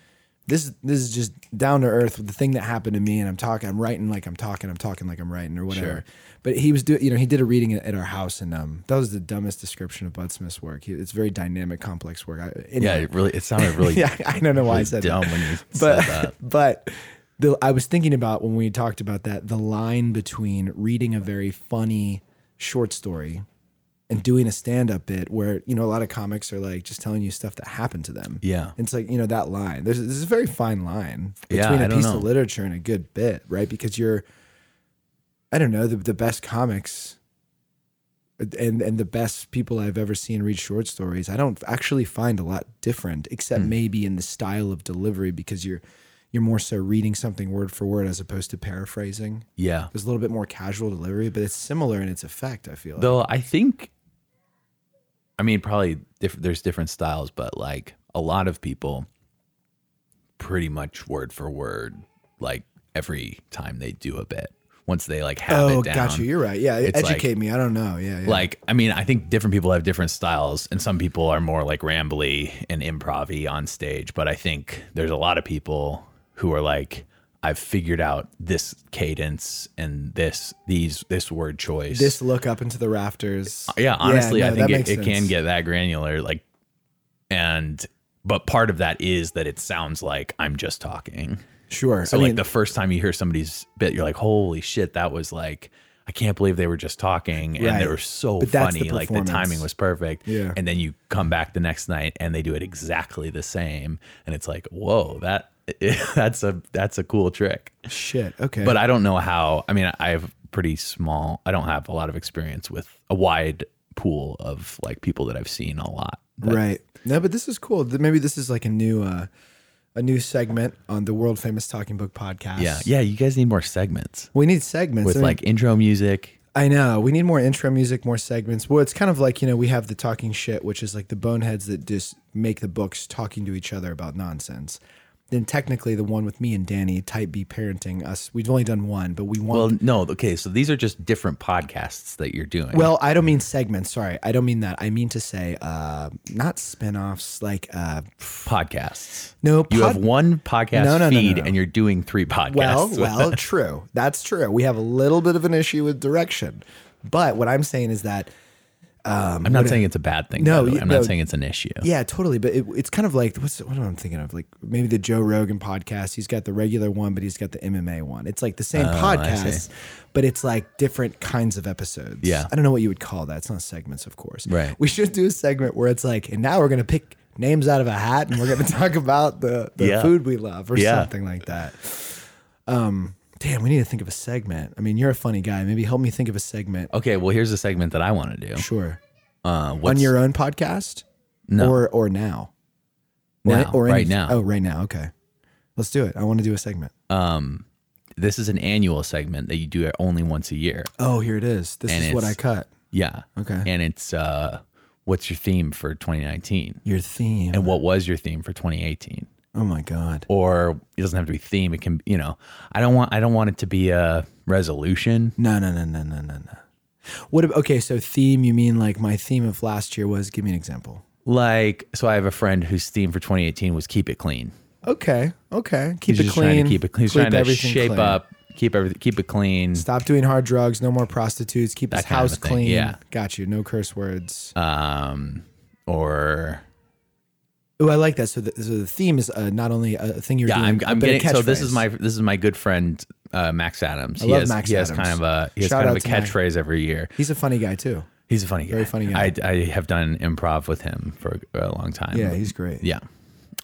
Speaker 4: this. This is just down to earth with the thing that happened to me, and I'm talking. I'm writing like I'm talking. I'm talking like I'm writing or whatever. But he was doing. You know, he did a reading at, at our house, and um, that was the dumbest description of Bud Smith's work. He, it's very dynamic, complex work. I,
Speaker 3: Yeah,
Speaker 4: anyway.
Speaker 3: it really it sounded really
Speaker 4: *laughs* yeah. I don't know why I
Speaker 3: really
Speaker 4: said that
Speaker 3: dumb when you said that.
Speaker 4: *laughs* but but the, I was thinking about when we talked about that the line between reading a very funny short story and doing a stand up bit where you know a lot of comics are like just telling you stuff that happened to them.
Speaker 3: Yeah.
Speaker 4: it's like you know that line. There's there's a very fine line
Speaker 3: Yeah,
Speaker 4: between
Speaker 3: I
Speaker 4: a
Speaker 3: don't
Speaker 4: piece
Speaker 3: know.
Speaker 4: of literature and a good bit, right? Because you're I don't know the the best comics and and the best people I've ever seen read short stories, I don't actually find a lot different, except
Speaker 3: Hmm.
Speaker 4: maybe in the style of delivery because you're you're more so reading something word for word as opposed to paraphrasing.
Speaker 3: Yeah.
Speaker 4: There's a little bit more casual delivery, but it's similar in its effect. I feel.
Speaker 3: Though I think, I mean, probably diff- there's different styles, but like a lot of people, pretty much word for word, like every time they do a bit, once they like have
Speaker 4: Oh,
Speaker 3: it down.
Speaker 4: got you. You're right. Yeah,
Speaker 3: It's
Speaker 4: educate
Speaker 3: like-
Speaker 4: me. I don't know. Yeah, yeah.
Speaker 3: Like, I mean, I think different people have different styles, and some people are more like rambly and improv on stage. But I think there's a lot of people who are like, I've figured out this cadence and this these this word choice.
Speaker 4: this look up into the rafters.
Speaker 3: Uh, yeah, honestly,
Speaker 4: no,
Speaker 3: I think
Speaker 4: that
Speaker 3: it,
Speaker 4: makes
Speaker 3: it can
Speaker 4: sense.
Speaker 3: get that granular. Like, and but part of that is that it sounds like I'm just talking.
Speaker 4: Sure.
Speaker 3: So
Speaker 4: I
Speaker 3: like
Speaker 4: mean,
Speaker 3: the first time you hear somebody's bit, you're like, "Holy shit, that was like." I can't believe they were just talking and they
Speaker 4: Right.
Speaker 3: were so
Speaker 4: But that's the
Speaker 3: funny. like the timing
Speaker 4: performance.
Speaker 3: was perfect.
Speaker 4: Yeah.
Speaker 3: And then you come back the next night and they do it exactly the same. And it's like, whoa, that *laughs* that's a that's a cool trick.
Speaker 4: shit. Okay.
Speaker 3: But I don't know how I mean, I have pretty small I don't have a lot of experience with a wide pool of like people that I've seen a lot. That-
Speaker 4: right. No, but this is cool. Th- Maybe this is like a new uh a new segment on the world famous talking book podcast.
Speaker 3: Yeah. Yeah, you guys need more segments
Speaker 4: We need segments.
Speaker 3: with
Speaker 4: I mean,
Speaker 3: like intro music.
Speaker 4: I know. We need more intro music, more segments. Well, it's kind of like, you know, we have the talking shit, which is like the boneheads that just make the books talking to each other about nonsense. Then technically the one with me and Danny, type B parenting, us we've only done one, but we
Speaker 3: Well,
Speaker 4: want
Speaker 3: no, okay, so these are just different podcasts that you're doing.
Speaker 4: well, I don't mean segments. Sorry, I don't mean that. I mean to say, uh, not spin-offs, like uh,
Speaker 3: podcasts.
Speaker 4: no.
Speaker 3: You
Speaker 4: pod-
Speaker 3: have one podcast
Speaker 4: No, no, no, no,
Speaker 3: feed
Speaker 4: no.
Speaker 3: and you're doing three podcasts.
Speaker 4: Well,
Speaker 3: with
Speaker 4: well, true. That's true. We have a little bit of an issue with direction, but what I'm saying is that
Speaker 3: I'm not saying it's a bad thing. by
Speaker 4: No,
Speaker 3: the way.
Speaker 4: you-
Speaker 3: I'm
Speaker 4: no.
Speaker 3: not saying it's an issue.
Speaker 4: yeah, totally. But it, it's kind of like what's what am I thinking of? Like maybe the Joe Rogan podcast. He's got the regular one, but he's got the MMA one. It's like the
Speaker 3: Oh,
Speaker 4: same podcast, but it's like different kinds of episodes.
Speaker 3: Yeah.
Speaker 4: I don't know what you would call that. It's not segments, of course.
Speaker 3: Right.
Speaker 4: We should do a segment where it's like, and now we're gonna pick names out of a hat, and we're gonna *laughs* talk about the the
Speaker 3: Yeah.
Speaker 4: food we love or
Speaker 3: Yeah.
Speaker 4: something like that. Um. Damn, we need to think of a segment. I mean, you're a funny guy. Maybe help me think of a segment.
Speaker 3: Okay, well, here's a segment that I want to do.
Speaker 4: Sure.
Speaker 3: Uh, what's
Speaker 4: on your own podcast?
Speaker 3: No.
Speaker 4: Or or now?
Speaker 3: Now, right now.
Speaker 4: Oh, right now. Okay. Let's do it. I want to do a segment.
Speaker 3: um, this is an annual segment that you do only once a year.
Speaker 4: Oh, here it is. This
Speaker 3: And
Speaker 4: is what I
Speaker 3: it's-
Speaker 4: cut.
Speaker 3: Yeah,
Speaker 4: Okay.
Speaker 3: and it's uh, what's your theme for 2019,
Speaker 4: Your theme.
Speaker 3: and what was your theme for 2018?
Speaker 4: oh my God.
Speaker 3: Or it doesn't have to be theme. It can, you know, I don't want I don't want it to be a resolution.
Speaker 4: No, no, no, no, no, no, no. What ab- okay, so theme you mean like my theme of last year was give me an example.
Speaker 3: Like, so I have a friend whose theme for 2018 was keep it clean.
Speaker 4: Okay. Okay. Keep
Speaker 3: He's
Speaker 4: it
Speaker 3: just
Speaker 4: clean.
Speaker 3: trying to keep it clean. He's trying to
Speaker 4: everything
Speaker 3: shape
Speaker 4: clean.
Speaker 3: up, keep everything, keep it clean.
Speaker 4: Stop doing hard drugs, no more prostitutes, keep his
Speaker 3: kind of a
Speaker 4: house
Speaker 3: thing,
Speaker 4: clean.
Speaker 3: yeah.
Speaker 4: Got you. No curse words.
Speaker 3: Um, or
Speaker 4: oh, I like that. So the, so the theme is uh, not only a thing you're
Speaker 3: yeah,
Speaker 4: doing,
Speaker 3: I'm, I'm
Speaker 4: but a
Speaker 3: getting. So this is
Speaker 4: catchphrase.
Speaker 3: my this is my good friend uh, Max Adams.
Speaker 4: I
Speaker 3: he
Speaker 4: love
Speaker 3: has,
Speaker 4: Max
Speaker 3: he has
Speaker 4: Adams.
Speaker 3: kind of a he has
Speaker 4: Shout
Speaker 3: kind of
Speaker 4: out
Speaker 3: a
Speaker 4: to Max.
Speaker 3: catchphrase every year.
Speaker 4: He's a funny guy too.
Speaker 3: He's a funny guy.
Speaker 4: Very funny guy.
Speaker 3: I, I have done improv with him for a long time.
Speaker 4: Yeah, he's great.
Speaker 3: yeah.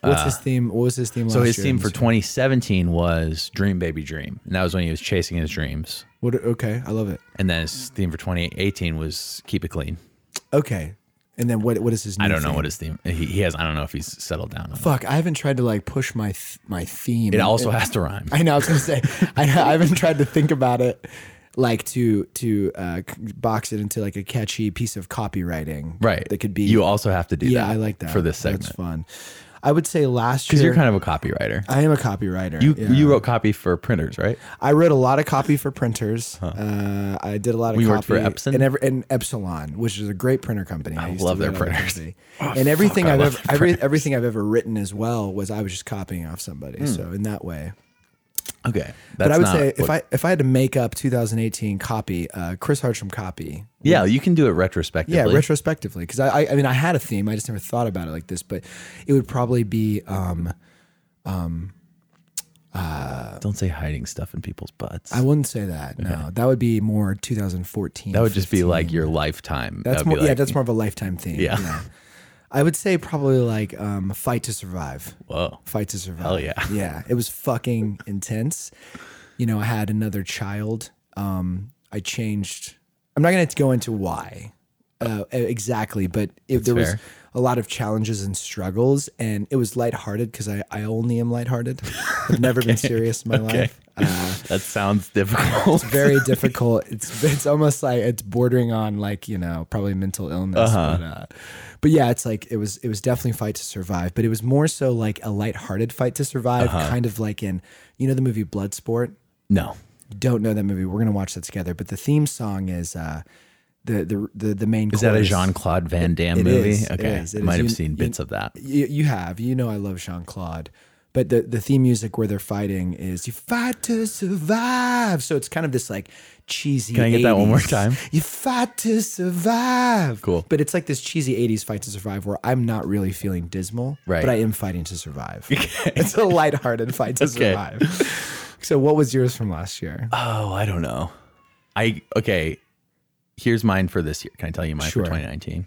Speaker 4: Um, What's his theme? What was his theme?
Speaker 3: So
Speaker 4: last
Speaker 3: his
Speaker 4: year?
Speaker 3: theme for 2017 was Dream Baby Dream, and that was when he was chasing his dreams.
Speaker 4: What, okay, I love it.
Speaker 3: And then his theme for 2018 was Keep It Clean.
Speaker 4: Okay, and then what? What is his? New
Speaker 3: I don't know
Speaker 4: theme?
Speaker 3: what his theme. He, he has. I don't know if he's settled down. On it.
Speaker 4: Fuck, I haven't tried to like push my th- my theme.
Speaker 3: It also has to rhyme.
Speaker 4: *laughs* I know. I was gonna say I, I haven't tried to think about it, like to to uh, c- box it into like a catchy piece of copywriting.
Speaker 3: Right.
Speaker 4: That could be.
Speaker 3: You also have to do
Speaker 4: yeah,
Speaker 3: that.
Speaker 4: I like that
Speaker 3: For this
Speaker 4: That's
Speaker 3: segment.
Speaker 4: fun. I would say last
Speaker 3: Because
Speaker 4: year.
Speaker 3: you're kind of a copywriter.
Speaker 4: I am a copywriter.
Speaker 3: You
Speaker 4: yeah.
Speaker 3: you wrote copy for printers, right?
Speaker 4: I wrote a lot of copy for printers. Uh, I did a lot of
Speaker 3: We
Speaker 4: copy
Speaker 3: worked for Epson?
Speaker 4: and, every, and Epsilon, which is a great printer company. I, used to
Speaker 3: love their
Speaker 4: live out of
Speaker 3: printers. *laughs* Oh,
Speaker 4: Jersey. and everything
Speaker 3: I
Speaker 4: I've
Speaker 3: love their
Speaker 4: ever, every, everything I've ever written as well was I was just copying off somebody. So in that way,
Speaker 3: Okay. Hmm. That's
Speaker 4: but I would
Speaker 3: not
Speaker 4: say if
Speaker 3: what-
Speaker 4: I if I had to make up 2018 copy, uh, Chris Hartram copy.
Speaker 3: Yeah, you can do it retrospectively.
Speaker 4: Yeah, retrospectively, because I, I I mean I had a theme, I just never thought about it like this, but it would probably be um,
Speaker 3: Don't say hiding stuff in people's butts.
Speaker 4: I wouldn't say that. No, that would be more 2014.
Speaker 3: that would just be like your lifetime. That
Speaker 4: That's
Speaker 3: would
Speaker 4: more
Speaker 3: be
Speaker 4: yeah,
Speaker 3: like,
Speaker 4: that's more of a lifetime theme.
Speaker 3: Yeah.
Speaker 4: I would say probably like um, Fight to Survive.
Speaker 3: Whoa.
Speaker 4: Fight to Survive.
Speaker 3: Hell yeah.
Speaker 4: Yeah. It was fucking intense. You know, I had another child. Um, I changed I'm not gonna go into why uh, exactly, but if there was
Speaker 3: fair.
Speaker 4: a lot of challenges and struggles and it was lighthearted because I, I only am lighthearted. I've never
Speaker 3: *laughs*
Speaker 4: been serious in my life. Uh,
Speaker 3: That sounds difficult.
Speaker 4: very difficult. It's it's almost like it's bordering on like you know probably mental illness.
Speaker 3: Uh-huh.
Speaker 4: But, uh, but yeah, it's like it was it was definitely fight to survive, but it was more so
Speaker 3: Uh-huh.
Speaker 4: like a lighthearted fight to survive, kind of like in you know the movie Bloodsport.
Speaker 3: *laughs* no.
Speaker 4: don't know that movie. We're gonna watch that together. But the theme song is uh, the the the the main.
Speaker 3: Is that a
Speaker 4: chorus.
Speaker 3: Jean Claude Van Damme
Speaker 4: it
Speaker 3: movie?
Speaker 4: is, it
Speaker 3: okay,
Speaker 4: is, it
Speaker 3: I might
Speaker 4: is.
Speaker 3: have
Speaker 4: You-
Speaker 3: seen
Speaker 4: you-
Speaker 3: bits of that.
Speaker 4: You, you have. You know I love Jean Claude. But the, the theme music where they're fighting is you fight to survive. So it's kind of this like cheesy.
Speaker 3: Can I get that one more
Speaker 4: 80s.
Speaker 3: time?
Speaker 4: *laughs* You fight to survive.
Speaker 3: Cool.
Speaker 4: But it's like this cheesy 80s fight to survive where I'm not really feeling dismal,
Speaker 3: Right.
Speaker 4: but I am fighting
Speaker 3: *laughs*
Speaker 4: to survive. it's a lighthearted fight to
Speaker 3: Okay.
Speaker 4: survive. So what was yours from last year?
Speaker 3: Oh, I don't know. I okay. Here's mine for this year. Can I tell you mine
Speaker 4: Sure.
Speaker 3: for 2019?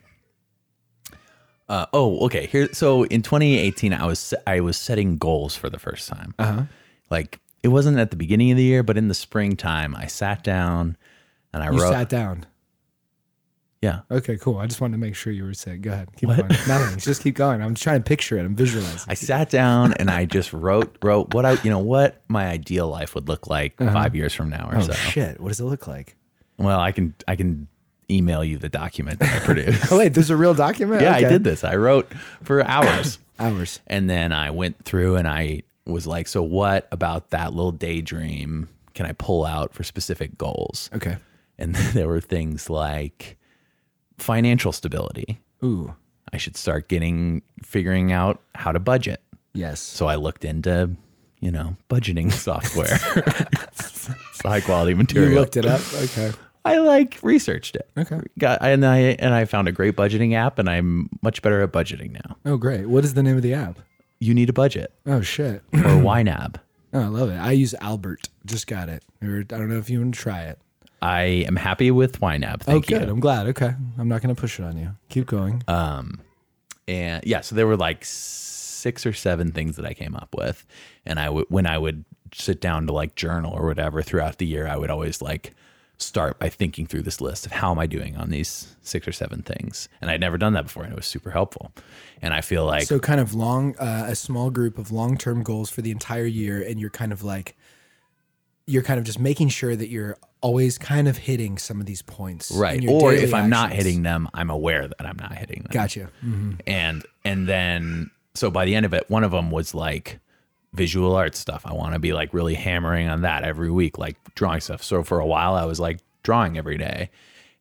Speaker 3: Uh, oh, okay. Here, so in 2018, I was I was setting goals for the first time.
Speaker 4: Uh-huh.
Speaker 3: Like it wasn't at the beginning of the year, but in the springtime, I sat down and I
Speaker 4: You
Speaker 3: wrote.
Speaker 4: sat down.
Speaker 3: yeah,
Speaker 4: Okay, cool. I just wanted to make sure you were sick. Go ahead. Keep
Speaker 3: What?
Speaker 4: going. Nothing. Just keep going. I'm trying to picture it. I'm visualizing.
Speaker 3: I sat down and I just wrote wrote what I you know what my ideal life would look like five years from now or
Speaker 4: Oh
Speaker 3: so.
Speaker 4: shit! What does it look like?
Speaker 3: Well, I can I can email you the document
Speaker 4: *laughs*
Speaker 3: that I produced.
Speaker 4: Oh wait, there's a real document.
Speaker 3: yeah,
Speaker 4: Okay.
Speaker 3: I did this. I wrote for hours.
Speaker 4: Hours.
Speaker 3: And then I went through and I was like, so what about that little daydream can I pull out for specific goals?
Speaker 4: Okay.
Speaker 3: And *laughs* there were things like financial stability.
Speaker 4: Ooh.
Speaker 3: I should start getting figuring out how to budget.
Speaker 4: Yes.
Speaker 3: So I looked into, you know, budgeting *laughs* software. it's high quality material.
Speaker 4: You looked it
Speaker 3: *laughs*
Speaker 4: up. Okay.
Speaker 3: I like researched it.
Speaker 4: Okay.
Speaker 3: Got and I and I found a great budgeting app and I'm much better at budgeting now.
Speaker 4: Oh great. What is the name of the app?
Speaker 3: You need a budget
Speaker 4: Oh shit. *clears throat*
Speaker 3: or YNAB.
Speaker 4: Oh, I love it. I use Albert. Just got it. Or, I don't know if you want to try it.
Speaker 3: I am happy with YNAB.
Speaker 4: Oh
Speaker 3: Thank you. Uh,
Speaker 4: good. I'm glad. Okay. I'm not gonna push it on you. Keep going.
Speaker 3: and yeah, so there were like six or seven things that I came up with, and I would when I would sit down to like journal or whatever throughout the year, I would always like start by thinking through this list of how am I doing on these six or seven things, and I'd never done that before, and it was super helpful, and I feel like
Speaker 4: so kind of long, uh, a small group of long-term goals for the entire year, and you're kind of like, you're kind of just making sure that you're always kind of hitting some of these points. in
Speaker 3: right,
Speaker 4: your
Speaker 3: or
Speaker 4: daily
Speaker 3: if I'm not
Speaker 4: actions.
Speaker 3: hitting them, I'm aware that I'm not hitting them.
Speaker 4: Gotcha. Mhm.
Speaker 3: and and then so by the end of it one of them was like visual art stuff i want to be like really hammering on that every week like drawing stuff so for a while i was like drawing every day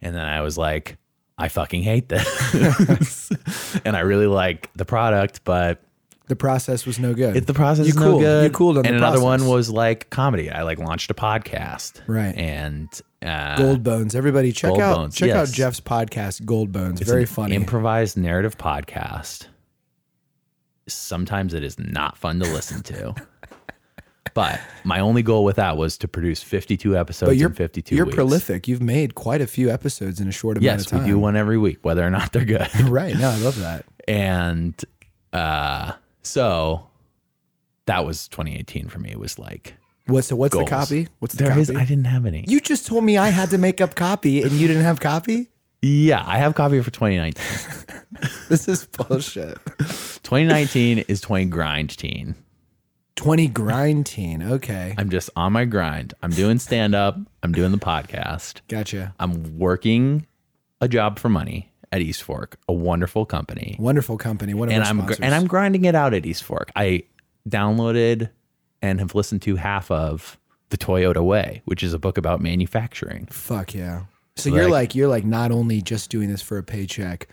Speaker 3: and then i was like i fucking hate this *laughs* and i really like the product but
Speaker 4: The process was no good.
Speaker 3: if the process
Speaker 4: you
Speaker 3: is no
Speaker 4: cooled-
Speaker 3: good
Speaker 4: You cooled on
Speaker 3: and
Speaker 4: the
Speaker 3: another
Speaker 4: process.
Speaker 3: one was like comedy i like launched a podcast
Speaker 4: Right.
Speaker 3: and uh
Speaker 4: Gold Bones. Everybody check
Speaker 3: Gold
Speaker 4: out
Speaker 3: Bones,
Speaker 4: check out
Speaker 3: yes.
Speaker 4: Jeff's podcast, Gold Bones.
Speaker 3: It's
Speaker 4: Very
Speaker 3: an
Speaker 4: funny.
Speaker 3: Improvised narrative podcast. Sometimes it is not fun to listen
Speaker 4: *laughs*
Speaker 3: to. but my only goal with that was to produce 52 episodes
Speaker 4: but you're
Speaker 3: in 52
Speaker 4: You're
Speaker 3: weeks.
Speaker 4: prolific. You've made quite a few episodes in a short amount of
Speaker 3: Yes, we
Speaker 4: time.
Speaker 3: do one every week, whether or not they're
Speaker 4: *laughs*
Speaker 3: good.
Speaker 4: Right. No, I love that.
Speaker 3: and uh, so that was 2018 for me. It was like,
Speaker 4: What? So what's
Speaker 3: Goals.
Speaker 4: the copy? What's the
Speaker 3: there
Speaker 4: copy?
Speaker 3: is, I didn't have any.
Speaker 4: you just told me I had to make up copy, and you didn't have copy.
Speaker 3: yeah, I have copy for 2019.
Speaker 4: This
Speaker 3: *laughs*
Speaker 4: is bullshit.
Speaker 3: 2019 is 20 grind teen.
Speaker 4: Twenty grind teen. Okay,
Speaker 3: I'm just on my grind. I'm doing stand up, I'm doing the podcast.
Speaker 4: gotcha.
Speaker 3: I'm working a job for money at East Fork, a wonderful company,
Speaker 4: Wonderful company. One of
Speaker 3: and
Speaker 4: our
Speaker 3: I'm gr-
Speaker 4: sponsors.
Speaker 3: and I'm grinding it out at East Fork. I downloaded and have listened to half of the Toyota Way, which is a book about manufacturing.
Speaker 4: Fuck yeah. So you're
Speaker 3: Like-
Speaker 4: like you're like not only just doing this for a paycheck,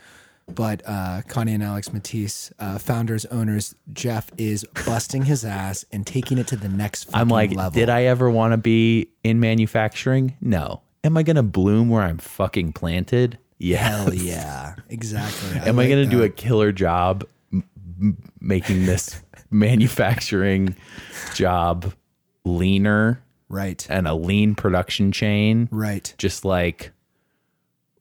Speaker 4: but uh, Connie and Alex Matisse, uh, founders owners, Jeff is busting his ass and taking it to the next. Fucking
Speaker 3: I'm like,
Speaker 4: level.
Speaker 3: did I ever want to be in manufacturing? No. Am I going to bloom where I'm fucking planted? Yeah. *laughs*
Speaker 4: Hell yeah, exactly.
Speaker 3: Am I
Speaker 4: like
Speaker 3: going to do
Speaker 4: that.
Speaker 3: a killer job m- m- making this *laughs* manufacturing job leaner?
Speaker 4: right?
Speaker 3: and a lean production chain,
Speaker 4: Right.
Speaker 3: just like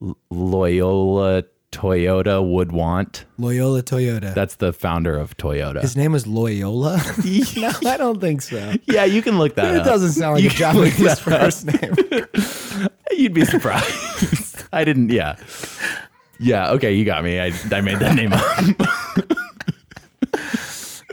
Speaker 3: L- Loyola Toyota would want.
Speaker 4: Loyola Toyota.
Speaker 3: That's the founder of Toyota.
Speaker 4: His name
Speaker 3: *laughs*
Speaker 4: was Loyola. *laughs* no, I don't think so.
Speaker 3: yeah, you can look that
Speaker 4: It
Speaker 3: up.
Speaker 4: doesn't sound like
Speaker 3: You
Speaker 4: a job
Speaker 3: can
Speaker 4: with
Speaker 3: look
Speaker 4: his
Speaker 3: that up.
Speaker 4: first name. *laughs*
Speaker 3: You'd *laughs* be surprised. I didn't. Yeah. Yeah. Okay, you got me. I, I made that name *laughs* up.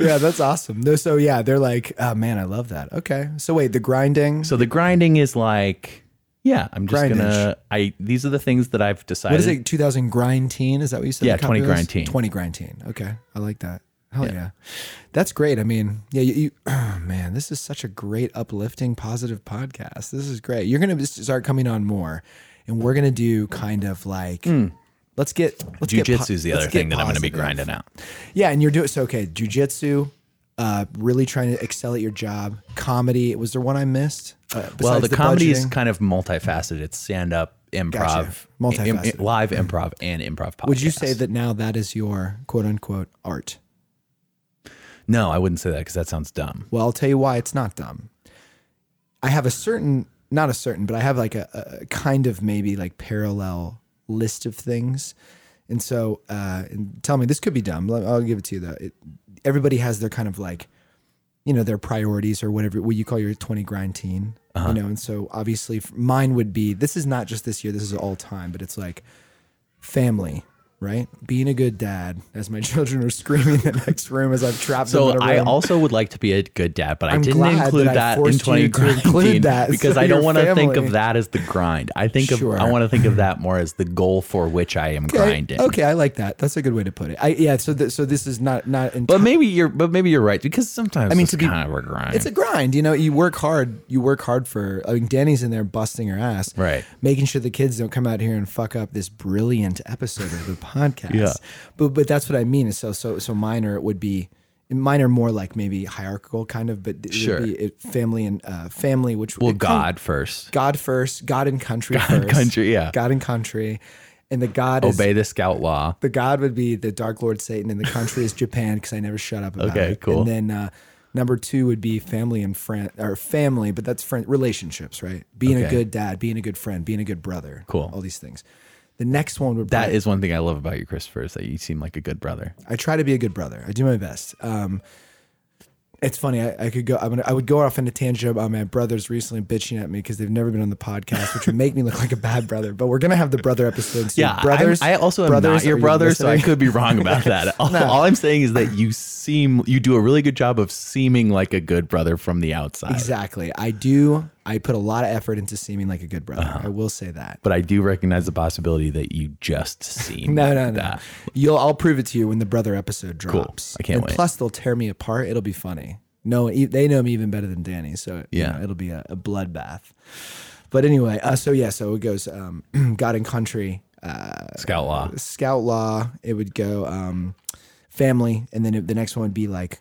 Speaker 4: yeah, that's awesome. No, so yeah, they're like, oh man, I love that. Okay, so wait, the grinding.
Speaker 3: so the grinding is like, yeah, I'm just
Speaker 4: Grindage.
Speaker 3: gonna. I these are the things that I've decided.
Speaker 4: What is it? 2000 grind teen? Is that what you said?
Speaker 3: Yeah,
Speaker 4: the company
Speaker 3: 20 grind
Speaker 4: was?
Speaker 3: teen.
Speaker 4: 20 grind teen. Okay. I like that. Hell yeah. That's great. I mean, yeah, you, *clears throat* you oh, man, this is such a great uplifting positive podcast. This is great. You're going to start coming on more and we're going to do kind of like let's get let's
Speaker 3: Jiu
Speaker 4: get po-
Speaker 3: jitsu Hmm. is the
Speaker 4: let's
Speaker 3: other
Speaker 4: get
Speaker 3: thing that I'm going to be
Speaker 4: positive.
Speaker 3: grinding out.
Speaker 4: Yeah, and you're doing so okay, jujitsu, uh really trying to excel at your job. Comedy, was there one I missed? Uh,
Speaker 3: Well,
Speaker 4: besides
Speaker 3: the, comedy is
Speaker 4: budgeting?
Speaker 3: kind of multifaceted. It's stand up, improv,
Speaker 4: Gotcha.
Speaker 3: im- im-
Speaker 4: Multifaceted.
Speaker 3: live improv, and improv podcast.
Speaker 4: Would you say that now that is your quote unquote art?
Speaker 3: No, I wouldn't say that because that sounds dumb.
Speaker 4: Well, I'll tell you why it's not dumb. I have a certain, not a certain, but I have like a, a kind of maybe like parallel list of things. And so, uh, and tell me, this could be dumb. Let- I'll give it to you though. It, everybody has their kind of like, you know, their priorities or whatever, what you call your 20 grind teen,
Speaker 3: Uh-huh.
Speaker 4: you know? And so obviously f- mine would be, this is not just this year, this is all time, but it's like family, right? Being a good dad as my *laughs* children are screaming in the next room as I've trapped
Speaker 3: So
Speaker 4: them in a
Speaker 3: I
Speaker 4: room.
Speaker 3: also would like to be a good dad, but I
Speaker 4: I'm
Speaker 3: didn't
Speaker 4: glad that
Speaker 3: include
Speaker 4: I
Speaker 3: that, in
Speaker 4: forced
Speaker 3: 20
Speaker 4: you to
Speaker 3: grind
Speaker 4: include
Speaker 3: team *laughs*
Speaker 4: that,
Speaker 3: because
Speaker 4: so
Speaker 3: I don't
Speaker 4: your
Speaker 3: want to think
Speaker 4: family-
Speaker 3: of that as the grind. I think of
Speaker 4: Sure.
Speaker 3: I want to think of that more as the goal for which I am
Speaker 4: Okay.
Speaker 3: grinding.
Speaker 4: Okay, I like that. That's a good way to put it. I yeah. So th- so this is not not. Enti-
Speaker 3: But maybe you're but maybe you're right because sometimes I
Speaker 4: mean,
Speaker 3: mean, it's
Speaker 4: to be-
Speaker 3: kind of a grind.
Speaker 4: it's a grind. You know, you work hard. You work hard for. I mean, Danny's in there busting her ass,
Speaker 3: Right.
Speaker 4: Making sure the kids don't come out here and fuck up this brilliant
Speaker 3: *laughs*
Speaker 4: episode of the podcast.
Speaker 3: Yeah.
Speaker 4: But but that's what I mean. So so so minor. It would be. Mine are more like maybe hierarchical kind of, but it would
Speaker 3: Sure.
Speaker 4: be it, family and uh, family, which
Speaker 3: well,
Speaker 4: it kind of-
Speaker 3: God first.
Speaker 4: God first, God and country first,
Speaker 3: country, yeah. Oh,
Speaker 4: God and country, and the God is
Speaker 3: Obey the scout law.
Speaker 4: the god would be the Dark Lord Satan, and the country is Japan because I never shut up about it.
Speaker 3: Okay, cool.
Speaker 4: And then uh, number two would be family and friend or family, but that's friend relationships, right? Being a
Speaker 3: Okay.
Speaker 4: good dad, being a good friend, being a good brother.
Speaker 3: Cool.
Speaker 4: All these things. The next one would
Speaker 3: That
Speaker 4: probably-
Speaker 3: is one thing I love about you, Christopher, is that you seem like a good brother.
Speaker 4: I try to be a good brother. I do my best. Um, it's funny. I, I could go. I'm gonna, I would go off on a tangent about my brothers recently bitching at me because they've never been on the podcast, which would make me look like a bad brother. But we're gonna have the brother episode. So
Speaker 3: Yeah,
Speaker 4: brothers.
Speaker 3: i I also am not
Speaker 4: brothers,
Speaker 3: your
Speaker 4: are you
Speaker 3: brother, so I
Speaker 4: listening?
Speaker 3: could be wrong about that. All, all I'm saying is that you seem you do a really good job of seeming like a good brother from the outside.
Speaker 4: Exactly. I do. I put a lot of effort into seeming like a good brother. I will say that.
Speaker 3: Uh-huh. But I do recognize the possibility that you just seem
Speaker 4: *laughs* No,
Speaker 3: like
Speaker 4: no, no.
Speaker 3: that.
Speaker 4: You'll. I'll prove it to you when the brother episode drops.
Speaker 3: I can't
Speaker 4: and
Speaker 3: wait.
Speaker 4: Plus, they'll tear me apart. It'll be funny. No, e- they know me even better than Danny. So you
Speaker 3: Yeah.
Speaker 4: know, it'll be a, a bloodbath. But anyway, uh, so yeah, so it goes. Um, *clears throat* God and country, uh,
Speaker 3: Scout law.
Speaker 4: scout law. It would go um, family, and then it, the next one would be like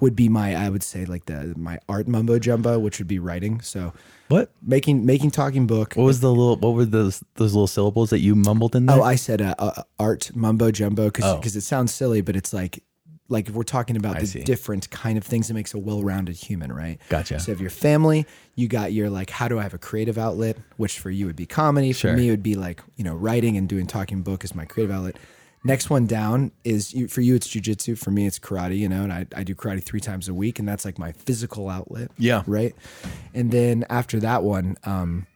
Speaker 4: would be my I would say like the my art mumbo jumbo, which would be writing. So
Speaker 3: What?
Speaker 4: making making talking book.
Speaker 3: What was the little? What were those those little syllables that you mumbled in there?
Speaker 4: Oh, I said uh, uh, art mumbo jumbo because
Speaker 3: Oh.
Speaker 4: it sounds silly, but it's like like if we're talking about the
Speaker 3: see.
Speaker 4: different kind of things that makes a well-rounded human, right?
Speaker 3: Gotcha.
Speaker 4: So if your family, you got your like, how do I have a creative outlet? Which for you would be comedy. For
Speaker 3: Sure.
Speaker 4: me, it would be like you know writing and doing talking book is my creative outlet. Next one down is you, for you it's jujitsu. For me, it's karate. You know, and I, I do karate three times a week, and that's like my physical outlet.
Speaker 3: Yeah.
Speaker 4: Right. And then after that one, um,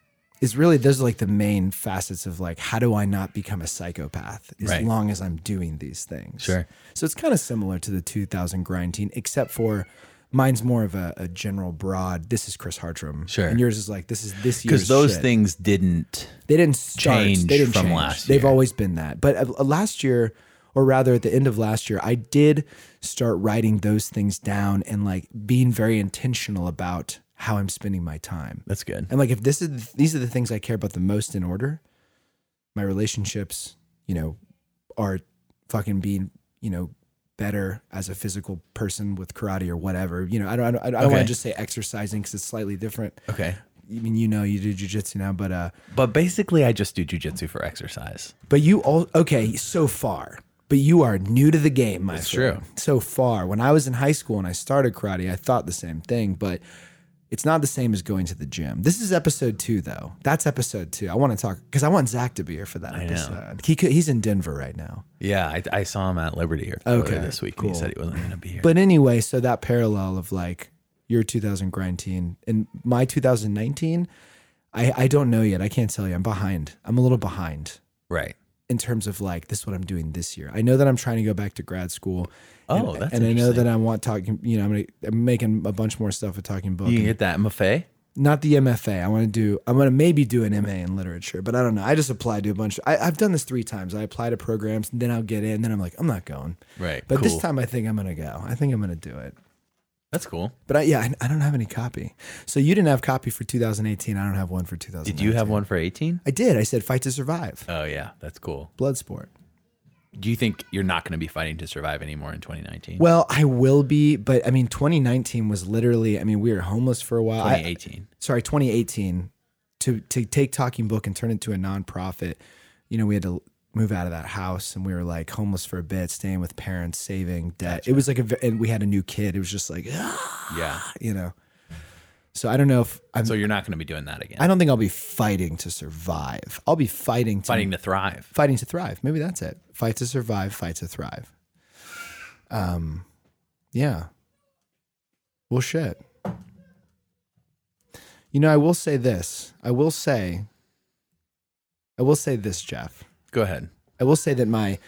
Speaker 4: is really those are like the main facets of like how do I not become a psychopath as
Speaker 3: Right.
Speaker 4: long as I'm doing these things.
Speaker 3: Sure.
Speaker 4: So it's kind of similar to the 2000 grind teen, except for mine's more of a, a general broad. This is Chris Hartram.
Speaker 3: Sure.
Speaker 4: And yours is like this is this year's
Speaker 3: Because those
Speaker 4: shit.
Speaker 3: things didn't.
Speaker 4: They didn't start.
Speaker 3: Change
Speaker 4: they didn't
Speaker 3: from
Speaker 4: change.
Speaker 3: last
Speaker 4: They've
Speaker 3: year.
Speaker 4: always been that. But uh, last year, or rather at the end of last year, I did start writing those things down and like being very intentional about how I'm spending my time.
Speaker 3: That's good.
Speaker 4: And like, if this is these are the things I care about the most in order, my relationships, you know, are fucking being, you know, better as a physical person with karate or whatever. You know, I don't, I don't, I don't want
Speaker 3: Okay.
Speaker 4: to just say exercising because it's slightly different.
Speaker 3: Okay.
Speaker 4: I mean, you know, you do jujitsu now, but uh,
Speaker 3: But basically, I just do jujitsu for exercise.
Speaker 4: but you all okay so far. But you are new to the game, my That's
Speaker 3: true.
Speaker 4: So far, when I was in high school and I started karate, I thought the same thing, but it's not the same as going to the gym. This is episode two, though. That's episode two. I want to talk because I want Zach to be here for that episode. He could, he's in Denver right now.
Speaker 3: Yeah, I, I saw him at Liberty here okay,
Speaker 4: Okay,
Speaker 3: this week. And
Speaker 4: cool.
Speaker 3: he said he wasn't going to be here.
Speaker 4: But anyway, so that parallel of like your 2000 grind teen and my 2019, I, I don't know yet. I can't tell you. I'm behind. I'm a little behind.
Speaker 3: right.
Speaker 4: in terms of like this is what I'm doing this year. I know that I'm trying to go back to grad school.
Speaker 3: Oh,
Speaker 4: and,
Speaker 3: that's
Speaker 4: and I know
Speaker 3: interesting.
Speaker 4: that I want talking. You know, I'm, gonna, I'm making a bunch more stuff with talking book.
Speaker 3: You can
Speaker 4: and
Speaker 3: get that in buffet.
Speaker 4: not the MFA. I want to do. I'm gonna maybe do an MA in literature, but I don't know. I just applied to a bunch. I, I've done this three times. I apply to programs, and then I'll get in. Then I'm like, I'm not going.
Speaker 3: Right.
Speaker 4: But this
Speaker 3: cool.
Speaker 4: time, I think I'm gonna go. I think I'm gonna do it.
Speaker 3: that's cool.
Speaker 4: But I, yeah, I, I don't have any copy. So you didn't have copy for 2018. I don't have one for 2019.
Speaker 3: Did you have one for 18?
Speaker 4: I did. I said fight to survive.
Speaker 3: Oh yeah, that's cool.
Speaker 4: Bloodsport.
Speaker 3: Do you think you're not going to be fighting to survive anymore in 2019?
Speaker 4: Well, I will be, but I mean, 2019 was literally. I mean, we were homeless for a while. I-
Speaker 3: 2018.
Speaker 4: sorry 2018 to to take talking book and turn it to a nonprofit you know we had to move out of that house and we were like homeless for a bit staying with parents saving debt it was like a v- and we had a new kid it was just like "Ah,"
Speaker 3: yeah.
Speaker 4: you know so i don't know if i'm
Speaker 3: So you're not going to be doing that again.
Speaker 4: i don't think i'll be fighting to survive i'll be fighting to
Speaker 3: fighting to thrive.
Speaker 4: fighting to thrive maybe that's it fight to survive fight to thrive um yeah well shit you know i will say this i will say i will say this jeff
Speaker 3: Go ahead.
Speaker 4: i will say that my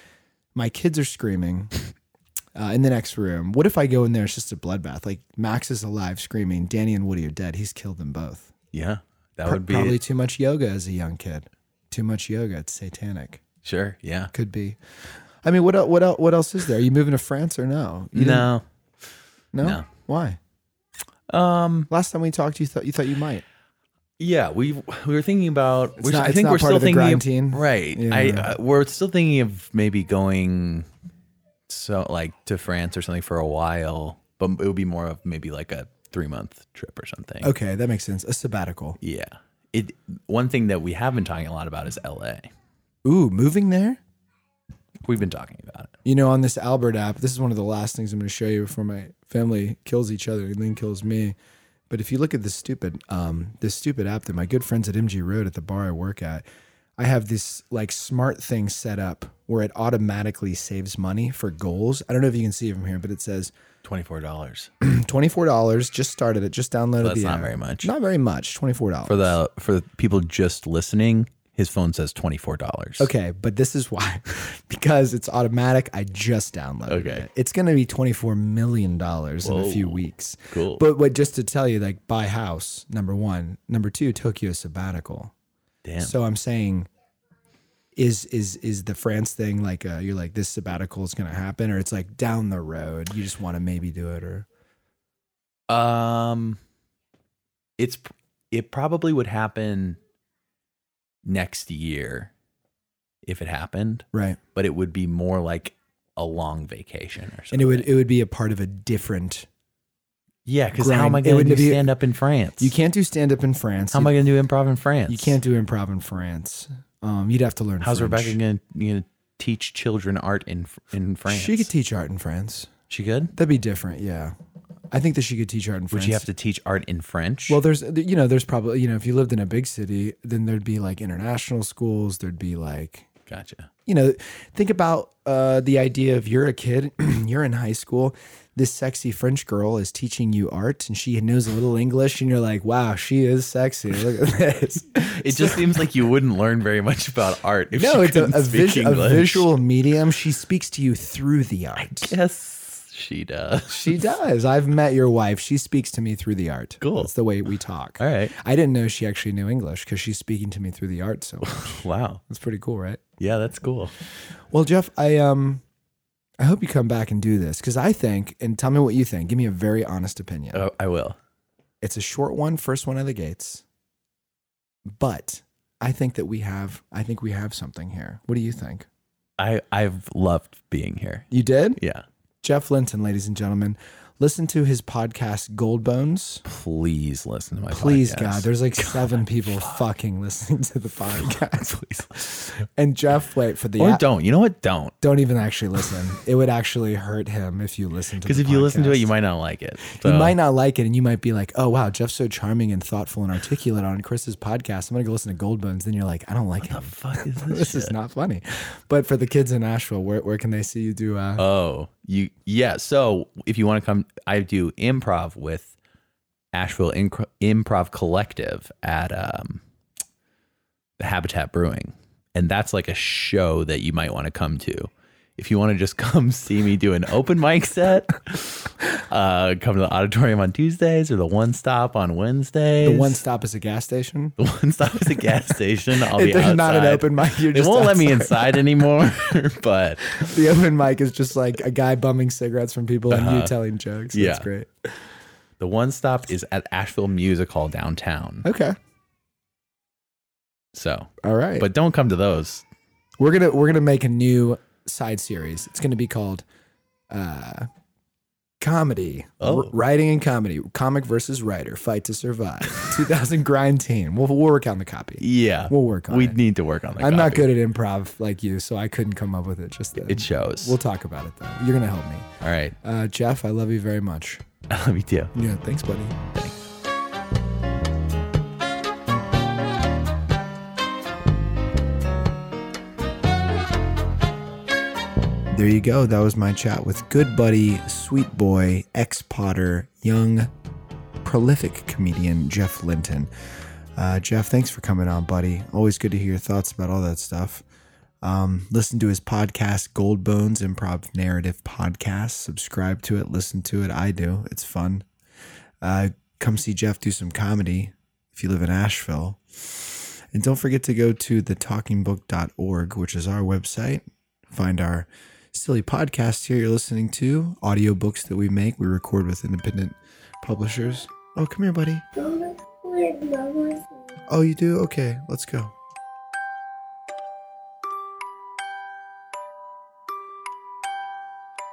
Speaker 4: my kids are screaming *laughs* uh, in the next room what if i go in there it's just a bloodbath like max is alive screaming danny and woody are dead he's killed them both
Speaker 3: Yeah. That
Speaker 4: Pro-
Speaker 3: would be
Speaker 4: probably too much yoga as a young kid too much yoga it's satanic
Speaker 3: sure. Yeah.
Speaker 4: could be. I mean, what el- what el- what else is there? Are you moving to France or no? You didn't-
Speaker 3: No.
Speaker 4: no,
Speaker 3: no.
Speaker 4: Why?
Speaker 3: Um
Speaker 4: Last time we talked, you thought you thought you might.
Speaker 3: yeah, we we were thinking about we're-
Speaker 4: not-
Speaker 3: I
Speaker 4: it's
Speaker 3: think
Speaker 4: not
Speaker 3: we're
Speaker 4: part
Speaker 3: still
Speaker 4: of the
Speaker 3: thinking
Speaker 4: grind team.
Speaker 3: right.
Speaker 4: Yeah.
Speaker 3: I uh, we're still thinking of maybe going so like to France or something for a while, but it would be more of maybe like a 3-month trip or something.
Speaker 4: Okay, that makes sense. A sabbatical.
Speaker 3: Yeah. It one thing that we have been talking a lot about is LA.
Speaker 4: Ooh, moving there.
Speaker 3: We've been talking about it.
Speaker 4: You know, on this Albert app, this is one of the last things I'm going to show you before my family kills each other and then kills me. But if you look at this stupid, um, this stupid app that my good friends at MG Road at the bar I work at, I have this like smart thing set up where it automatically saves money for goals. I don't know if you can see it from here, but it says
Speaker 3: $24
Speaker 4: twenty four dollars. Just started it. Just downloaded
Speaker 3: That's
Speaker 4: the
Speaker 3: not
Speaker 4: app.
Speaker 3: very much.
Speaker 4: Not very much. Twenty four dollars
Speaker 3: for the for the people just listening. His phone says $24.
Speaker 4: Okay, but this is why, *laughs* because it's automatic. I just downloaded
Speaker 3: Okay.
Speaker 4: it. It's going to be twenty four million dollars in a few
Speaker 3: Whoa.
Speaker 4: weeks.
Speaker 3: Cool.
Speaker 4: But what just to tell you, like buy house number one, number two, Tokyo sabbatical.
Speaker 3: Damn.
Speaker 4: So I'm saying, is is is the France thing like uh, you're like this sabbatical is going to happen, or it's like down the road? You just want to maybe do it, or
Speaker 3: Um, it's p- it probably would happen next year if it happened,
Speaker 4: right?
Speaker 3: but it would be more like a long vacation or something.
Speaker 4: And it would it would be a part of a different.
Speaker 3: yeah, because how am I
Speaker 4: grind- it
Speaker 3: going to
Speaker 4: would be-
Speaker 3: stand up in France?
Speaker 4: You can't do stand up in France.
Speaker 3: How am I going to do improv in France?
Speaker 4: You can't do improv in France. Um, you'd have to learn.
Speaker 3: How's
Speaker 4: French.
Speaker 3: Rebecca going to teach children art in Fr- in France?
Speaker 4: She could teach art in France.
Speaker 3: she could.
Speaker 4: That'd be different. Yeah, I think that she could teach art in France.
Speaker 3: Would you have to teach art in French?
Speaker 4: Well, there's you know there's probably you know if you lived in a big city, then there'd be like international schools. There'd be like
Speaker 3: gotcha.
Speaker 4: you know, think about uh, the idea of you're a kid, *clears throat* you're in high school, this sexy French girl is teaching you art and she knows a little English, and you're like, wow, she is sexy. Look at this. *laughs*
Speaker 3: It just seems like you wouldn't learn very much about art if *laughs*
Speaker 4: no,
Speaker 3: she
Speaker 4: it's a,
Speaker 3: couldn't
Speaker 4: a,
Speaker 3: speak
Speaker 4: visu- a
Speaker 3: English.
Speaker 4: visual medium. She speaks to you through the art.
Speaker 3: Yes, she does.
Speaker 4: She does. I've met your wife. She speaks to me through the art.
Speaker 3: Cool.
Speaker 4: That's the way we talk.
Speaker 3: *laughs* All right.
Speaker 4: I didn't know she actually knew English because she's speaking to me through the art. So *laughs*
Speaker 3: Wow.
Speaker 4: that's pretty cool, right?
Speaker 3: Yeah, that's cool.
Speaker 4: Well, Jeff, I um, I hope you come back and do this because I think, and tell me what you think. Give me a very honest opinion.
Speaker 3: Oh, I will.
Speaker 4: It's a short one, first one out of the gates, but I think that we have, I think we have something here. What do you think?
Speaker 3: I I've loved being here.
Speaker 4: You did,
Speaker 3: Yeah.
Speaker 4: Jeff Linton, ladies and gentlemen. Listen to his podcast, Gold Bones.
Speaker 3: Please listen to my
Speaker 4: Please,
Speaker 3: podcast.
Speaker 4: God, there's
Speaker 3: *laughs*
Speaker 4: like seven people fucking listening to the podcast.
Speaker 3: Please listen.
Speaker 4: *laughs* And Jeff, wait for the
Speaker 3: Or
Speaker 4: app-
Speaker 3: don't. You know what? Don't.
Speaker 4: don't even actually listen. it would actually hurt him if you listen to
Speaker 3: Because
Speaker 4: the
Speaker 3: if you listen to it,
Speaker 4: podcast.
Speaker 3: you might not like it.
Speaker 4: You
Speaker 3: So,
Speaker 4: might not like it, and you might be like, "Oh wow, Jeff's so charming and thoughtful and articulate on Chris's podcast. I'm gonna go listen to Goldbones." Then you're like, "I don't like him.
Speaker 3: The fuck is this?
Speaker 4: *laughs* This is not funny." But for the kids in Nashville, where where can they see you do? Uh,
Speaker 3: Oh, you. Yeah. So if you want to come, I do improv with Asheville Inc- Improv Collective at um, the Habitat Brewing, and that's like a show that you might want to come to. if you want to just *laughs* come see me do an open mic set, *laughs* uh, come to the auditorium on Tuesdays or the one stop on Wednesdays.
Speaker 4: The one stop is a gas station.
Speaker 3: *laughs* The one stop is a gas station. I'll be
Speaker 4: If there's
Speaker 3: outside.
Speaker 4: not an open mic, you're
Speaker 3: They
Speaker 4: just
Speaker 3: won't let me
Speaker 4: outside.
Speaker 3: inside anymore, *laughs* but
Speaker 4: The open mic is just like a guy bumming cigarettes from people and you telling jokes. That's
Speaker 3: Uh-huh. Yeah.
Speaker 4: great.
Speaker 3: the one stop is at Asheville Music Hall downtown.
Speaker 4: Okay.
Speaker 3: So,
Speaker 4: All right.
Speaker 3: but don't come to those.
Speaker 4: We're gonna we're gonna make a new side series. It's gonna be called uh Comedy.
Speaker 3: Oh.
Speaker 4: R- writing and comedy. Comic versus writer. Fight to
Speaker 3: *laughs*
Speaker 4: survive. 2000 grind team. We'll, we'll work on the copy.
Speaker 3: Yeah.
Speaker 4: We'll work on
Speaker 3: we
Speaker 4: it.
Speaker 3: need to work on that.
Speaker 4: I'm not good at improv like you, so I couldn't come up with it just then.
Speaker 3: It shows.
Speaker 4: We'll talk about it though. You're gonna help me.
Speaker 3: All right. *laughs*
Speaker 4: Uh Jeff, I love you very much.
Speaker 3: me too.
Speaker 4: Yeah, thanks, buddy.
Speaker 3: Thanks.
Speaker 4: There you go. That was my chat with good buddy, sweet boy, ex Potter, young, prolific comedian Jeff Linton. Uh, Jeff, thanks for coming on, buddy. Always good to hear your thoughts about all that stuff. Um, listen to his podcast, Gold Bones Improv Narrative Podcast. Subscribe to it, listen to it. I do. It's fun. Uh, come see Jeff do some comedy if you live in Asheville. And don't forget to go to thetalkingbook.org, which is our website. Find our silly podcast here you're listening to, audiobooks that we make, we record with independent publishers. Oh, come here, buddy. Oh, you do? Okay, let's go.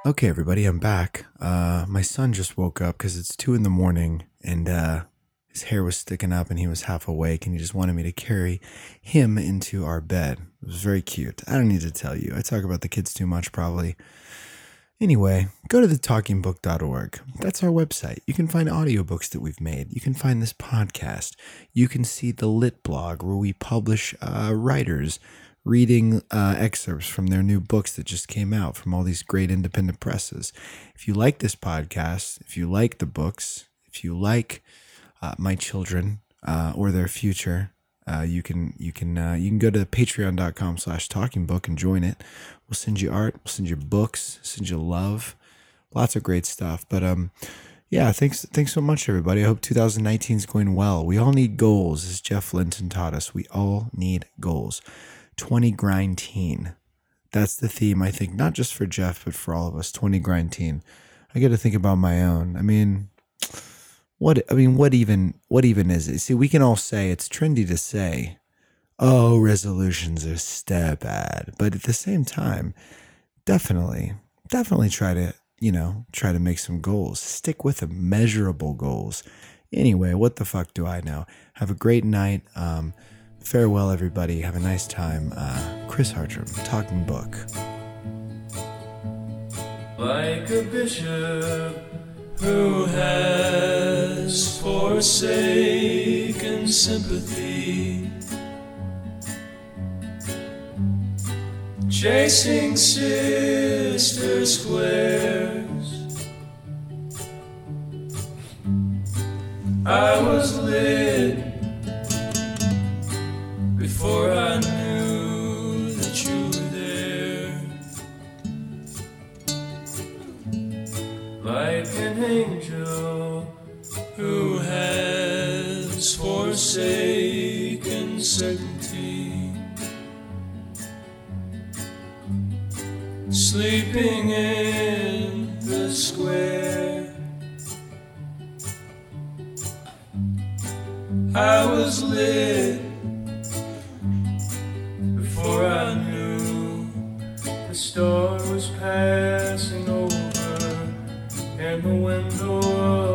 Speaker 4: Okay, everybody, I'm back. Uh, my son just woke up because it's two in the morning and uh, his hair was sticking up and he was half awake and he just wanted me to carry him into our bed. It was very cute. I don't need to tell you. I talk about the kids too much, probably. Anyway, go to thetalkingbook.org. That's our website. You can find audiobooks that we've made. You can find this podcast. You can see the Lit blog where we publish uh, writers reading uh, excerpts from their new books that just came out from all these great independent presses. If you like this podcast, if you like the books, if you like uh, my children uh, or their future, uh, you can you can uh, you can go to patreon.com slash talking book and join it. We'll send you art, we'll send you books, send you love, lots of great stuff. But um, yeah, thanks thanks so much everybody. I hope 2019 is going well. We all need goals, as Jeff Linton taught us. We all need goals. 20 grind teen. That's the theme I think, not just for Jeff, but for all of us. 20 grind teen. I got to think about my own. I mean, what I mean, what even what even is it? See, we can all say it's trendy to say, "Oh, resolutions are step bad," but at the same time, definitely, definitely try to you know try to make some goals. Stick with them, measurable goals. Anyway, what the fuck do I know? Have a great night. Um, farewell, everybody. Have a nice time. Uh, Chris Hartram, Talking Book.
Speaker 5: like a bishop who has forsaken sympathy, chasing sister squares. I was lit before I knew that you were there. like an angel who has forsaken certainty, sleeping in the square. I was lit before I knew the storm was passing over, and the window